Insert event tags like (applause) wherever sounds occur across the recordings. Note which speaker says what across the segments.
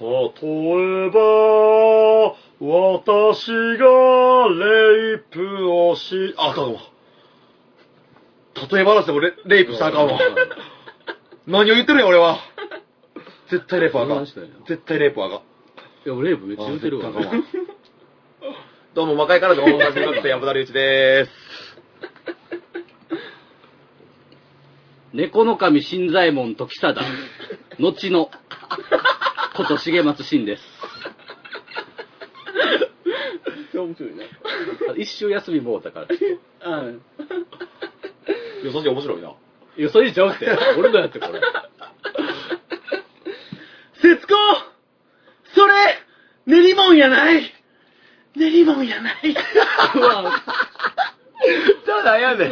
Speaker 1: 例えば、私がレイプをし、あ、あかんわ。例え話でもレレイプしたらあかんわ。何を言ってるんや、俺 (laughs) は。絶対レイプはあかん。
Speaker 2: そんなんしたんや
Speaker 1: 絶対レイプはあかん。
Speaker 2: いや、俺レイプめっちゃ言うてるわ
Speaker 1: あ。絶対あかんわどうも、魔界からの音楽 (laughs) 学生、山田隆一でーす。
Speaker 2: 猫の神新左衛門時貞、後の、こと重松真です。
Speaker 3: 面白いな。
Speaker 2: あ一周休みもうた
Speaker 3: (laughs)
Speaker 2: から。
Speaker 3: うん。
Speaker 1: い (laughs) や、そっち面白いな。
Speaker 2: いや、それじゃなくて、俺のやつこれ。
Speaker 3: (laughs) 節子それ練馬やない練馬やない
Speaker 2: う
Speaker 3: (laughs)
Speaker 2: わ、
Speaker 1: じゃあ、なんやねん。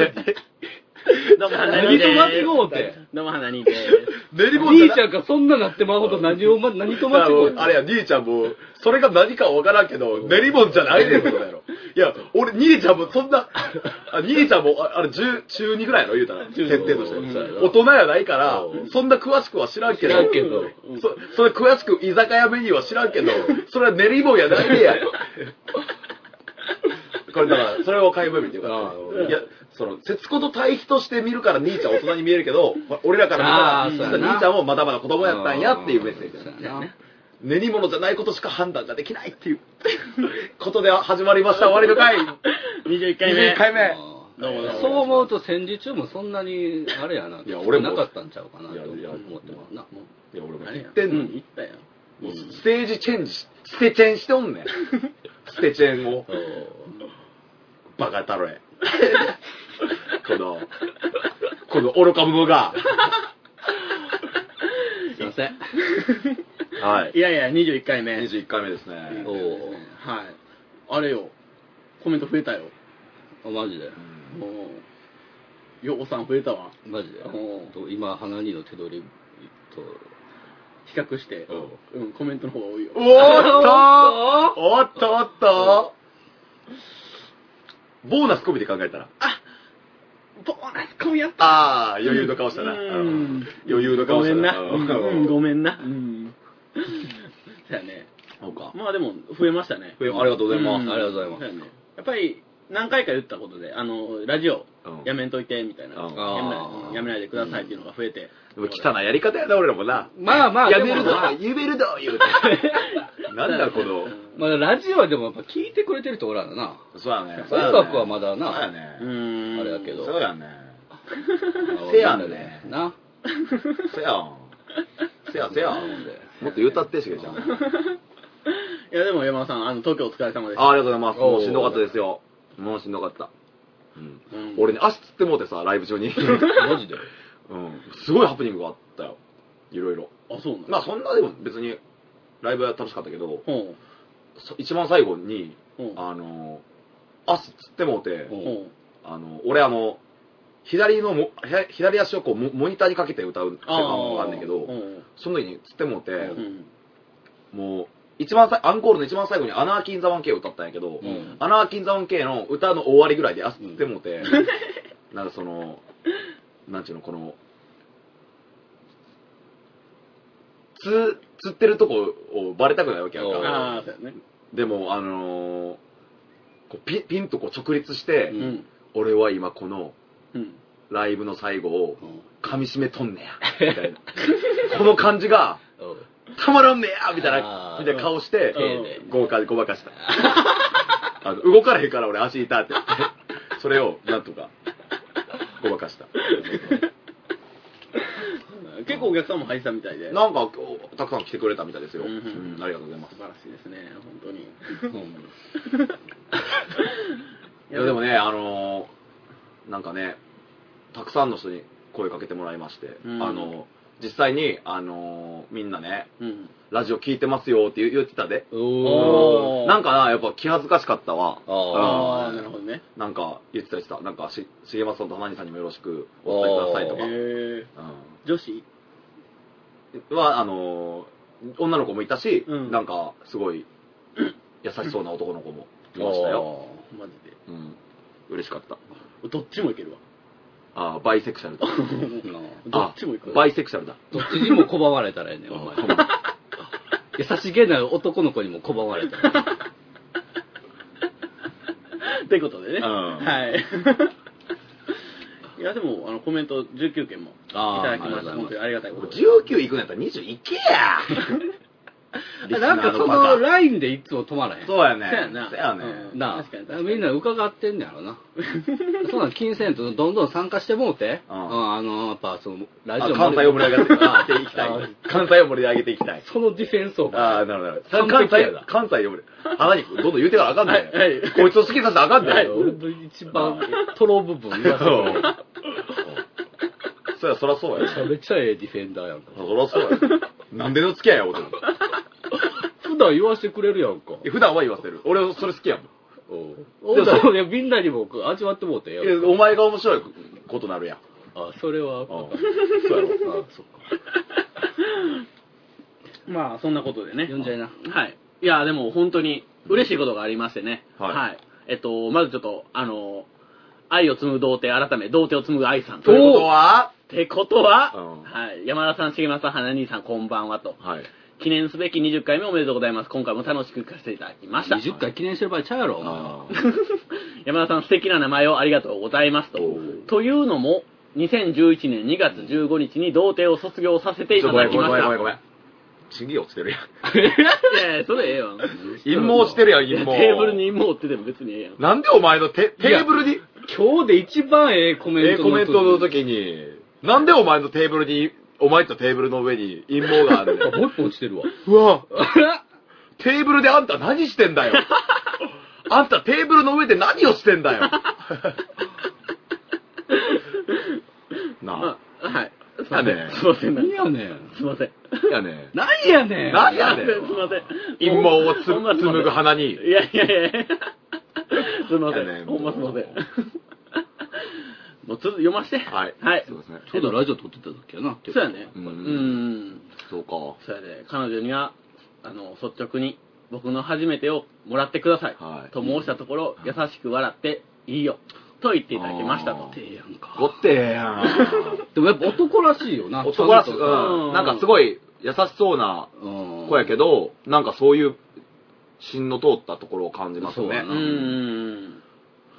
Speaker 3: どうも、
Speaker 2: 何と間違うて。
Speaker 3: どうも、花にです。
Speaker 1: 練り物じゃ
Speaker 2: 兄
Speaker 1: な
Speaker 2: ちゃんがそんななってまうほど何をま、何と
Speaker 1: だ
Speaker 2: 間
Speaker 1: からも
Speaker 2: 違
Speaker 1: う
Speaker 2: うて。
Speaker 1: あれや、兄ちゃんも、それが何かわからんけど、練り物じゃないねんってことやろ。いや、俺、兄ちゃんもそんな、あ兄ちゃんも、ああれ、中、中2ぐらいやろ、言うたら、設定として。
Speaker 2: うんそうやな
Speaker 1: 大人やないから
Speaker 2: う、ん
Speaker 1: そんな詳しくは知らんけど、
Speaker 2: 知らんけど
Speaker 1: そそれ詳しく居酒屋メニューは知らんけど、それは練り物やない (laughs) ねや。これだから、それを買い見ていうか
Speaker 2: あ
Speaker 1: ら、いや、その、節子と対比として見るから兄ちゃん大人に見えるけど、俺らから見たら、
Speaker 2: あー
Speaker 1: 実
Speaker 2: そうやな
Speaker 1: は兄ちゃんもまだまだ子供やったんやっていうメッセージ
Speaker 2: そ
Speaker 1: だ
Speaker 2: うやな
Speaker 1: 練り物じゃないことしか判断ができないっていうことで始まりました終わりの回
Speaker 3: 21回目。
Speaker 1: 21回目
Speaker 3: どうもどうも
Speaker 2: そう思うと戦時中もそんなにあれやな、
Speaker 1: いや俺も
Speaker 2: なかったんちゃうかなと
Speaker 1: いやいや
Speaker 2: 思ってますな。も
Speaker 1: いや俺も
Speaker 3: あれや
Speaker 1: 言ってんの
Speaker 3: うん
Speaker 1: に
Speaker 3: 行ったよ。
Speaker 1: もうステージチェンジしステチェンしておんねんステチェンを
Speaker 2: う
Speaker 1: バカ太郎へ (laughs) このこの愚か者が
Speaker 2: すいません。
Speaker 1: はい
Speaker 3: いやいや、21回目。
Speaker 1: 21回目ですね
Speaker 2: おー
Speaker 3: はい。あれよ、コメント増えたよ。
Speaker 2: あ、マジで。
Speaker 3: もう、ようこさん増えたわ。
Speaker 2: マジで
Speaker 3: おう。
Speaker 2: と今、花にの手取りと。
Speaker 3: 比較して、うん、コメントの方が多いよ。
Speaker 1: おーっとおっとおっとボーナス込みで考えたら
Speaker 3: ボーナスコンやった
Speaker 1: ああ余裕の顔したな
Speaker 3: うん
Speaker 1: 余裕の
Speaker 3: ご
Speaker 1: 顔し
Speaker 3: め
Speaker 1: た
Speaker 3: んな。
Speaker 1: う
Speaker 3: うん、ごめんな。うん。そうやね。
Speaker 1: そうか
Speaker 3: まあでも、増えましたね。
Speaker 1: 増えありがとうございます
Speaker 3: ん
Speaker 2: ありがとうございます
Speaker 3: そうやねやっぱり、何回か言ったことで、あの、ラジオ
Speaker 1: うん、
Speaker 3: やめんといて、みたいな。や
Speaker 1: うん
Speaker 3: めないやめないでくださいっていうのが増えて。
Speaker 1: でも汚いやり方やな、俺らもな。
Speaker 2: まあまあ、
Speaker 1: やめる
Speaker 2: で
Speaker 1: ぞ
Speaker 2: もまあ、
Speaker 1: 言めるぞ、言うて。なんだ、この。
Speaker 2: まあ、ラジオはでもやっぱ聞いてくれてるとおらんよな。
Speaker 1: そうやね。
Speaker 2: 音楽はまだな
Speaker 1: そうや
Speaker 3: う
Speaker 1: ね。
Speaker 3: ん。
Speaker 2: あれやけど
Speaker 1: そうやね。せ
Speaker 2: せ
Speaker 1: や
Speaker 2: や
Speaker 1: ね
Speaker 2: ね。な。
Speaker 1: せやん。せやせやん。もっと歌ってしげちゃん。あ
Speaker 3: いやでも山田さん、あの、東京お疲れ様でした。
Speaker 1: ありがとうございます。もうしんどかったですよ。もうしんどかった。うん
Speaker 3: うん
Speaker 1: 俺ね、足つってもうてさ、ライブ中に。
Speaker 2: マジ
Speaker 1: (laughs)
Speaker 2: で。
Speaker 1: うんすごいハプニングがあったよ。いろいろ。
Speaker 3: あ、そうなん
Speaker 1: まあ、そんなでも別に、ライブは楽しかったけど、
Speaker 3: ほ
Speaker 1: そ一番最後に、
Speaker 3: う。ほう。
Speaker 1: あの、足つってもうて、
Speaker 2: うん
Speaker 3: ほう。
Speaker 1: あの俺あの左のもへ左足をこうモモニターにかけて歌うっていうのがあるんだけ
Speaker 3: ほ
Speaker 1: ど
Speaker 3: う
Speaker 1: その時につってもうて、
Speaker 3: うん。
Speaker 1: もう一番さアンコールの一番最後に「アナーキン・ザ・ワン・ケイ」を歌ったんやけど、
Speaker 2: うん
Speaker 1: アナーキン・ザ・ワン・ケイの歌の終わりぐらいで足つってもうて、なんかそのなんちゅうのこのつつってるとこをバレたくないわけやん
Speaker 2: うん
Speaker 1: か
Speaker 3: ああ、そうやね。
Speaker 1: でもあのーこうピピンとこう直立して、
Speaker 2: う
Speaker 3: うん。
Speaker 1: 俺は今この
Speaker 3: うん。
Speaker 1: ライブの最後を
Speaker 2: うん
Speaker 1: 噛み締めとんねや、みたいな。この感じが、
Speaker 2: おう
Speaker 1: たまらんねやみたいな
Speaker 2: あ、ー
Speaker 1: みたいな顔して
Speaker 3: 丁寧、
Speaker 1: 豪華でごまかした。あの動かれへんから俺足痛って。それを、なんとか、ごまかした。
Speaker 3: 結構お客さんも入ってたみたいで。
Speaker 1: なんか、今日たくさん来てくれたみたいですよ。う
Speaker 3: うん
Speaker 1: ん、ありがとうございます
Speaker 3: 素。晴らしいですね、本当
Speaker 2: う
Speaker 3: に。
Speaker 2: ん
Speaker 1: いや、でもね、あのーなんかね、たくさんの人に声かけてもらいまして、
Speaker 3: うん
Speaker 1: あのー実際に、あのーみんなね、
Speaker 3: うん。
Speaker 1: ラジオ聞いてますよって言ってたで。
Speaker 2: おー。
Speaker 3: おー
Speaker 1: なんかな、やっぱ気恥ずかしかったわ。
Speaker 2: あ
Speaker 3: ああ、なるほどね。
Speaker 1: うんなんか言ってたりした。なんかし、重松さんと花にさんにもよろしくお伝えくださいと
Speaker 3: へ
Speaker 1: か。
Speaker 3: え。女子
Speaker 1: うん。は、あのー女の子もいたし、
Speaker 3: うん
Speaker 1: なんか、すごい、 (clears throat) 優しそうな男の子もいましたよ。
Speaker 3: マジで。
Speaker 1: うん。嬉しかった。
Speaker 3: どっちもいけるわ。
Speaker 1: あーバイセクシャルだ。
Speaker 2: うん
Speaker 3: どっちもいく
Speaker 1: あバイセクシャルだ。
Speaker 2: どっちにも拒まれたらええねん、お前。優しげな男の子にも拒ま (laughs) れた。
Speaker 3: (laughs) ということでね。
Speaker 1: うん
Speaker 3: はい。 (laughs) いや、でも、あの、コメント19件もい
Speaker 2: あー
Speaker 3: ただきまし
Speaker 2: あ
Speaker 3: た。
Speaker 2: りがとうございます
Speaker 3: 本当にありがたいことです。
Speaker 1: 19行くんやったら20行けやリスナ
Speaker 2: な
Speaker 1: ー
Speaker 2: んかそ
Speaker 1: の方
Speaker 2: のラインでいつも止まらへん。
Speaker 1: そうやね。
Speaker 3: そうやな
Speaker 1: そうやね。
Speaker 3: うん
Speaker 2: なあ
Speaker 3: 確かに確かに
Speaker 2: みんな伺ってんねやろ (laughs) な。そうなん、金銭とどんどん参加してもうて、
Speaker 1: う
Speaker 2: うんんあの、やっぱその、ラ
Speaker 1: あ
Speaker 2: ジオ
Speaker 1: 関西を盛り上げて
Speaker 2: あ
Speaker 1: いきたい。関西を盛り上げていきたい。
Speaker 2: (laughs) そのディフェンスを。
Speaker 1: ああ、なるほどなるほど。
Speaker 2: 完璧
Speaker 1: 関
Speaker 2: や
Speaker 1: 西
Speaker 2: な、
Speaker 1: 関西を盛り花にどんどん言うてからあかんねん。
Speaker 3: はいはい
Speaker 1: こいつを好きにさせたらあかんねん。
Speaker 2: 俺の一番、トロ部分言わせてもらう
Speaker 1: そりゃそらそうや
Speaker 2: めちゃめちゃええディフェンダーやんか。
Speaker 1: そらそうやなんでの付き合いや、俺と思って。
Speaker 2: 普段言わしてくれるやんか。
Speaker 1: え普段は言わせる。俺、それ好きやもん。
Speaker 2: お
Speaker 1: でも
Speaker 2: そういやみんなにも味わってもうてよ。
Speaker 1: いやお前が面白いことなるやん。
Speaker 2: あ、それは。
Speaker 1: うんそうやろ。
Speaker 2: そっか。
Speaker 3: まあ、そんなことでね。
Speaker 2: 呼んじゃいな。
Speaker 3: はい。いや、でも本当に嬉しいことがありましてね。
Speaker 1: はい
Speaker 3: えっと、まずちょっと、あの、愛を紡ぐ童貞、改め、童貞を紡ぐ愛さん。
Speaker 1: ということは
Speaker 3: ってことは、
Speaker 1: うん
Speaker 3: はい、山田さん、重松さん、花兄さん、こんばんはと。
Speaker 1: はい。
Speaker 3: 記念すべき20回目おめでとうございます。今回も楽しく聞かせていただきました。
Speaker 2: 20回記念してる場合ちゃうやろ、お前は。
Speaker 3: 山田さん、素敵な名前をありがとうございますと
Speaker 1: おう。
Speaker 3: というのも、2011年2月15日に童貞を卒業させてい
Speaker 1: ちょ
Speaker 3: た
Speaker 1: っとごめんごめ
Speaker 3: だきま
Speaker 1: ん
Speaker 3: し
Speaker 1: ごめんご
Speaker 3: た。
Speaker 1: めんごめん。ちぎ落ちてるやん。
Speaker 3: いやいや、それええわ。
Speaker 1: 陰謀してるやん、
Speaker 3: いや
Speaker 1: 陰謀。
Speaker 3: テーブルに陰謀ってでも別にええやん。
Speaker 1: なんでお前のテテーブルに、
Speaker 2: 今日で一番ええコメ
Speaker 1: え
Speaker 2: ン
Speaker 1: ー
Speaker 2: ト
Speaker 1: コメントの時に、なんでお前のテーブルに、お前とテーブルの上に陰謀があるんだ
Speaker 2: あ
Speaker 1: よ。
Speaker 2: もう一本落ちてるわ。
Speaker 1: (laughs) うわ、
Speaker 2: あ
Speaker 1: テーブルであんた何してん (laughs) だよ。あんたテーブルの上で何をしてんだよ。 (laughs) な
Speaker 3: あはい。すい
Speaker 1: な
Speaker 3: ま
Speaker 1: ん
Speaker 3: せ
Speaker 1: で
Speaker 3: ん。すいません。
Speaker 2: 何やねん。
Speaker 3: すいません。
Speaker 1: あ。いやね、
Speaker 2: 何やねん。
Speaker 1: 何やねん
Speaker 3: すいません。
Speaker 1: 陰謀をつ
Speaker 3: ほんまほんま
Speaker 1: 紡ぐ鼻に。
Speaker 3: いやいやいや。すいませ
Speaker 1: いやね
Speaker 3: ん。ほんますいませ
Speaker 1: も。
Speaker 3: んもうつ読まして。
Speaker 1: はい
Speaker 3: はい。
Speaker 1: すいません
Speaker 2: ちょうどラジオ撮ってた時やな。
Speaker 3: そうやね。
Speaker 1: う
Speaker 3: うんん。
Speaker 1: そうか。
Speaker 3: そうやね。彼女には、あの、率直に、僕の初めてをもらってください。
Speaker 1: はい
Speaker 3: と申したところ、優しく笑って、いいよ。と言っていただきましたと
Speaker 1: あ。
Speaker 2: ええやんか。
Speaker 1: ごってえ (laughs) やん。
Speaker 2: でもやっぱ男らしいよな。
Speaker 1: 男らしい、
Speaker 2: ち
Speaker 1: う
Speaker 2: ゃん
Speaker 1: ん。なんかすごい優しそうな
Speaker 2: とうん。
Speaker 1: 子やけど、なんかそういう芯の通ったところを感じます
Speaker 2: そう
Speaker 1: ね
Speaker 2: や。
Speaker 3: うーん。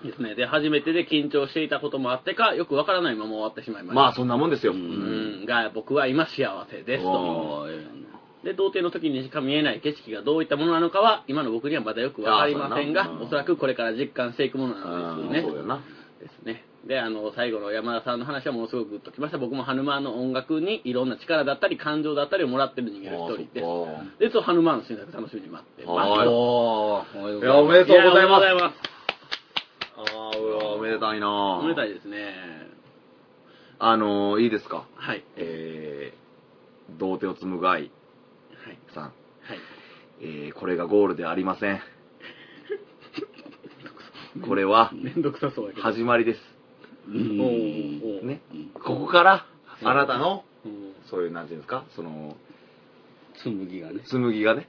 Speaker 3: ですね。で、初めてで緊張していたこともあってか、よくわからないまま終わってしまいました。
Speaker 1: まあそんなもんですよ。
Speaker 2: う
Speaker 3: うんん。が、僕は今幸せですと。
Speaker 2: ああ、ええやん
Speaker 3: で、童貞の時にしか見えない景色がどういったものなのかは、今の僕にはまだよくわかりません
Speaker 1: ああ
Speaker 3: が
Speaker 1: そうや、な
Speaker 3: おそらくこれから実感していくものな
Speaker 1: うんん
Speaker 3: です
Speaker 1: そうだ
Speaker 3: よ
Speaker 1: よ。
Speaker 3: ね
Speaker 1: な。
Speaker 3: ですね。で、あの、最後の山田さんの話はものすごくグッときました。僕もハヌマーンの音楽にいろんな力だったり、感情だったりをもらってる人間の一人
Speaker 1: ああ
Speaker 3: です。
Speaker 1: そっか
Speaker 3: で、そう、ハヌマーンの新作楽しみに待ってま
Speaker 1: はい
Speaker 2: おーおめでとうござい
Speaker 1: いやおめでとう
Speaker 2: ます。
Speaker 3: す。やおめでとうございます。
Speaker 1: ああ、うわおめでたいな
Speaker 3: おめでた
Speaker 1: い。
Speaker 3: いですね。
Speaker 1: あのー、いいですか。
Speaker 3: はい。
Speaker 1: えー、童貞を紡ぐ愛
Speaker 3: はい。
Speaker 1: さん。
Speaker 3: はい。
Speaker 1: えー、これがゴールではありませ
Speaker 3: (laughs)
Speaker 1: ん。これは
Speaker 3: めんどくさそうやけど。
Speaker 1: 始まりです。
Speaker 2: うん
Speaker 3: おーおー
Speaker 1: ね
Speaker 2: うん。
Speaker 1: ここから、あなたの、
Speaker 3: うん
Speaker 1: そういう、なんていうんですか、その、
Speaker 2: 紡ぎがね。
Speaker 1: 紡ぎがね。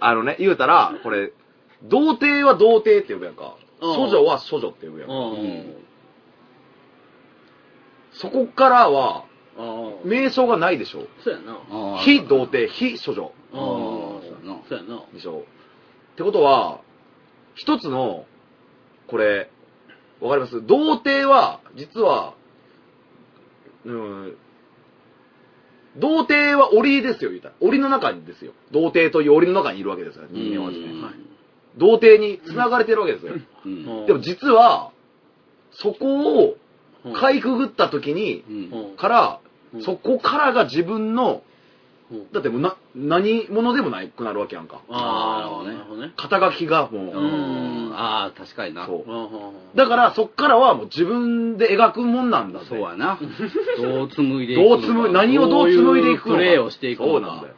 Speaker 1: あのね、言うたら、これ、童貞は童貞って呼ぶやんか。
Speaker 3: うん
Speaker 1: 処女は処女って呼ぶやん
Speaker 3: う
Speaker 1: か。
Speaker 3: ん。
Speaker 1: そこからは、
Speaker 3: ああ。
Speaker 1: 名称がないでしょ。
Speaker 3: そうやな。あ
Speaker 2: ああ
Speaker 1: 非童貞、非処女
Speaker 3: あ。
Speaker 2: そうやな
Speaker 3: そうやな。
Speaker 1: でしょ。ってことは、一つの、これ、わかります童貞は、実は、うん、童貞は檻ですよ、言うたら。檻の中にですよ。童貞という檻の中にいるわけですよ、人間はですね。
Speaker 2: うん
Speaker 3: はい。
Speaker 1: 童貞に繋がれてるわけですよ。
Speaker 2: うん
Speaker 3: うん
Speaker 1: でも実は、そこを
Speaker 3: うん
Speaker 1: かいくぐった時に、
Speaker 2: うん
Speaker 3: うん
Speaker 1: から
Speaker 3: う、ん
Speaker 1: そこからが自分の、
Speaker 3: うん
Speaker 1: だってもうな、何者でもないくなるわけやんか。
Speaker 3: あ
Speaker 2: な
Speaker 3: あ、な
Speaker 2: る
Speaker 3: る
Speaker 2: ほ
Speaker 3: ほどね。
Speaker 1: 肩書きがもう、
Speaker 2: うんああ、確かにな。
Speaker 1: そう
Speaker 3: うんうんうん
Speaker 1: だからそっからはもう自分で描くもんなんだぜ
Speaker 2: そうやな。どう紡いでいく
Speaker 1: ど
Speaker 2: の
Speaker 1: う
Speaker 2: か
Speaker 1: 紡い何をどう紡いでいくのか
Speaker 2: どううプレーをしていくのか。
Speaker 1: そうなんだよ、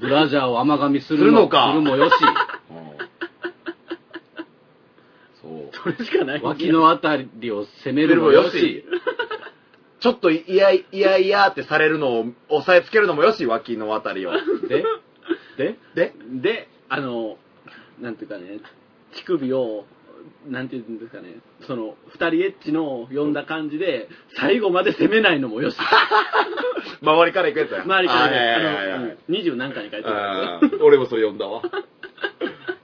Speaker 2: ブラジャーを甘噛みす
Speaker 1: す
Speaker 2: る
Speaker 1: る
Speaker 2: の
Speaker 1: のか
Speaker 2: するもよし、
Speaker 1: うん
Speaker 2: (laughs)
Speaker 1: そう
Speaker 3: それしかない。
Speaker 2: 脇のあたりを攻めるもよし、
Speaker 1: (laughs) ちょっといやいやいやってされるのを押さえつけるのもよし脇のあた
Speaker 3: (laughs)
Speaker 1: りを
Speaker 2: で、で、
Speaker 1: で
Speaker 3: で、あの、なんていうかね、乳首をなんていうんですかね、その、二人エッチの読んだ感じで、最後まで攻めない
Speaker 1: (laughs)
Speaker 3: のもよし。
Speaker 1: 周りから行くやつや。
Speaker 3: 周りか
Speaker 1: あいやいやい
Speaker 3: ら
Speaker 1: やいや
Speaker 3: ね、二十何回に書いてあ
Speaker 1: あー俺もそれ読んだわ。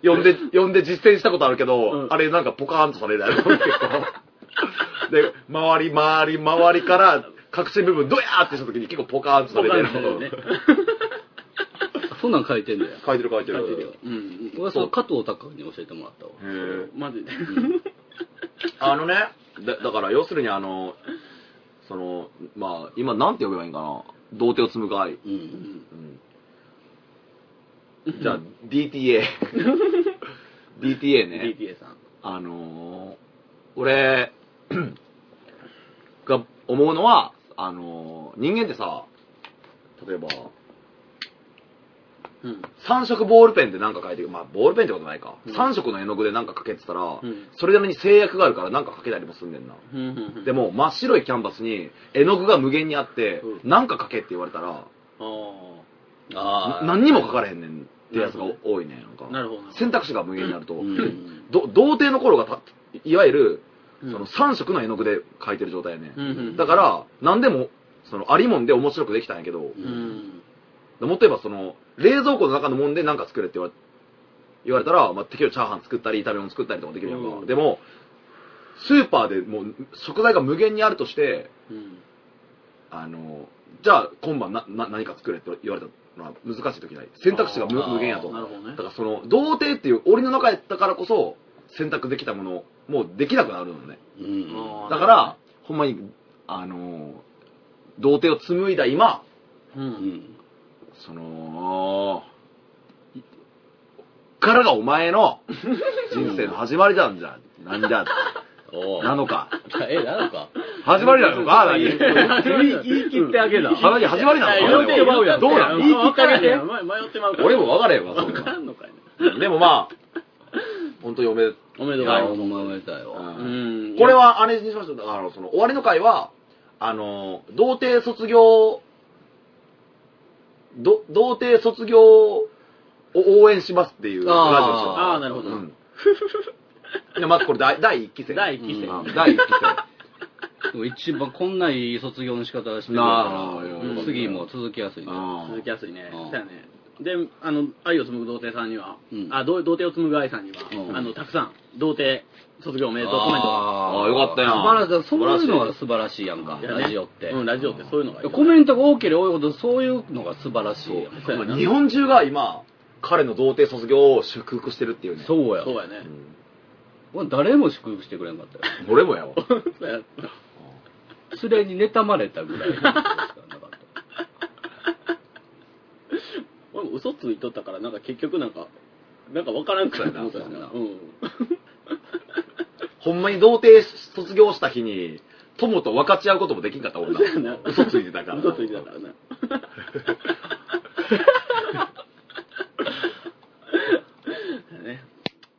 Speaker 1: 読ん
Speaker 3: (laughs)
Speaker 1: で、読んで実践したことあるけど、
Speaker 3: うん
Speaker 1: あれなんかポカーンとされるやろ、 (laughs) 結構。で、周り回り回りから、隠し部分ドヤーってした時に結構ポカーンとされて
Speaker 3: ポカーンとされ
Speaker 1: る
Speaker 3: るね。
Speaker 2: そんなん書いてんだよ。
Speaker 1: 書いてる書いて
Speaker 3: 書いてるよ
Speaker 1: る。
Speaker 3: うん。
Speaker 2: 俺はそれ加藤隆に教えてもらったわ。
Speaker 1: へー
Speaker 3: マジで。
Speaker 1: あのね、だだから要するにあの、その、まあ、今なんて呼べばいいんかな。童貞を紡ぐ愛。
Speaker 2: う。
Speaker 3: うんん
Speaker 1: うんじゃあ、DTA。DTA ね。
Speaker 3: DTA さん。
Speaker 1: あのー俺が思うのは、あのー人間ってさ、例えば、
Speaker 3: うん。
Speaker 1: 三色ボールペンで何か書いてまあ、ボールペンってことないか。
Speaker 3: うん
Speaker 1: 三色の絵の具で何か書けってたら、
Speaker 3: ん
Speaker 1: それなりに制約があるから何か書けたりもすんねんな。
Speaker 3: うんうんうん
Speaker 1: で、も、真っ白いキャンバスに絵の具が無限にあって、
Speaker 3: う
Speaker 1: 何か書けって言われたら、
Speaker 3: あ
Speaker 2: あ
Speaker 1: な
Speaker 2: あ。
Speaker 1: 何にも書かれへんねんってやつが多いねん。なんか
Speaker 3: あ、なるほどな。
Speaker 1: 選択肢が無限になると、
Speaker 2: うん
Speaker 1: (laughs) ど童貞の頃がた、いわゆる、
Speaker 3: うん
Speaker 1: その3色の絵の具で描いてる状態やね、
Speaker 3: うんうん
Speaker 1: だから何でもそのありもんで面白くできたんやけど、も
Speaker 3: うん。
Speaker 1: っと言えばその冷蔵庫の中のもんで何か作れって言わ言われたら、まあ、適当にチャーハン作ったり炒め物作ったりとかできるやんか、
Speaker 3: うん
Speaker 1: でもスーパーでもう食材が無限にあるとして
Speaker 3: うん。
Speaker 1: あのじゃあ今晩なな何か作れって言われたのは難しい時ない選択肢が無
Speaker 2: あー
Speaker 1: 無限やと
Speaker 3: なるほどね
Speaker 1: だからその童貞っていう檻の中やったからこそ選択できたものもうできなくなるのね
Speaker 2: うん。
Speaker 3: あー
Speaker 1: だから、ほんまに、あのー童貞を紡いだ今、
Speaker 3: う。
Speaker 2: うんん。
Speaker 1: その、いからがお前の人生の始まりなんじゃ、なんじゃ、
Speaker 2: おう
Speaker 1: なのか。
Speaker 2: え、なのか。
Speaker 1: 始まりなのか何
Speaker 2: 言い言い切ってあげな。
Speaker 1: 話始まりなのか
Speaker 2: 言い切ってまうやん
Speaker 1: どうなの
Speaker 2: 言い切ってあげて
Speaker 3: 迷ってまうから。
Speaker 1: 俺も分かれへんわ、そん
Speaker 3: 分か
Speaker 1: なん
Speaker 3: のかい
Speaker 1: (laughs)
Speaker 3: な。
Speaker 1: でもまあ、本当におめでと
Speaker 3: おめでとうござ
Speaker 2: あ
Speaker 3: い
Speaker 2: ー
Speaker 3: ま
Speaker 2: お
Speaker 3: す。
Speaker 2: 前めだよ。
Speaker 3: うん
Speaker 1: これはあれにしましょう。だからあの、その、終わりの会は、あの、童貞卒業、ど、童貞卒業を応援しますっていうラジオでしょう。
Speaker 2: あ
Speaker 3: ああ、なるほど。
Speaker 1: うん。いやまずこれ第、第1期生。
Speaker 3: 第一期生
Speaker 1: うん第1期
Speaker 3: (laughs)
Speaker 2: でも一番こんないい卒業の仕方してる
Speaker 1: なあ
Speaker 2: か
Speaker 1: いや
Speaker 3: よかった
Speaker 2: ら、次も続きやすいね。
Speaker 3: 続き
Speaker 1: 生。
Speaker 3: やすいね。
Speaker 2: うん
Speaker 3: そうやね。で、あの、愛を紡ぐ童貞さんには、
Speaker 2: うん
Speaker 3: あ、どう童貞を紡ぐ愛さんには、
Speaker 2: うん
Speaker 3: あの、たくさん、童貞卒業おめでとうコメントが。
Speaker 1: あーよかったやん
Speaker 2: 素晴らしい。そういうのが素晴らしいやんか、
Speaker 3: いやね
Speaker 2: ラジオって。
Speaker 3: うん、ラジオってそういうのがいいよね
Speaker 2: コメントが多ければ多いほど、そういうのが素晴らしいやん。
Speaker 3: そうやな
Speaker 1: まあ日本中が今、彼の童貞卒業を祝福してるっていうね。う。
Speaker 2: そうや。
Speaker 3: そうやね。
Speaker 1: ん、
Speaker 2: 俺誰も祝福してくれなかったよ。
Speaker 1: 俺もや
Speaker 3: (laughs)
Speaker 1: わ。
Speaker 3: そうや
Speaker 2: すでに妬まれたぐらいのことしかなかった。
Speaker 3: (laughs) 俺も嘘ついとったから、なんか結局なんか、なんかわからんくらいな思ったし
Speaker 2: そうや
Speaker 3: な。
Speaker 2: な
Speaker 3: うん。
Speaker 1: ほんまに童貞卒業した日に、友と分かち合うこともできんかった俺
Speaker 3: そうや
Speaker 1: ら
Speaker 3: な。
Speaker 1: 嘘ついてたから。
Speaker 3: 嘘ついてたからな。ね、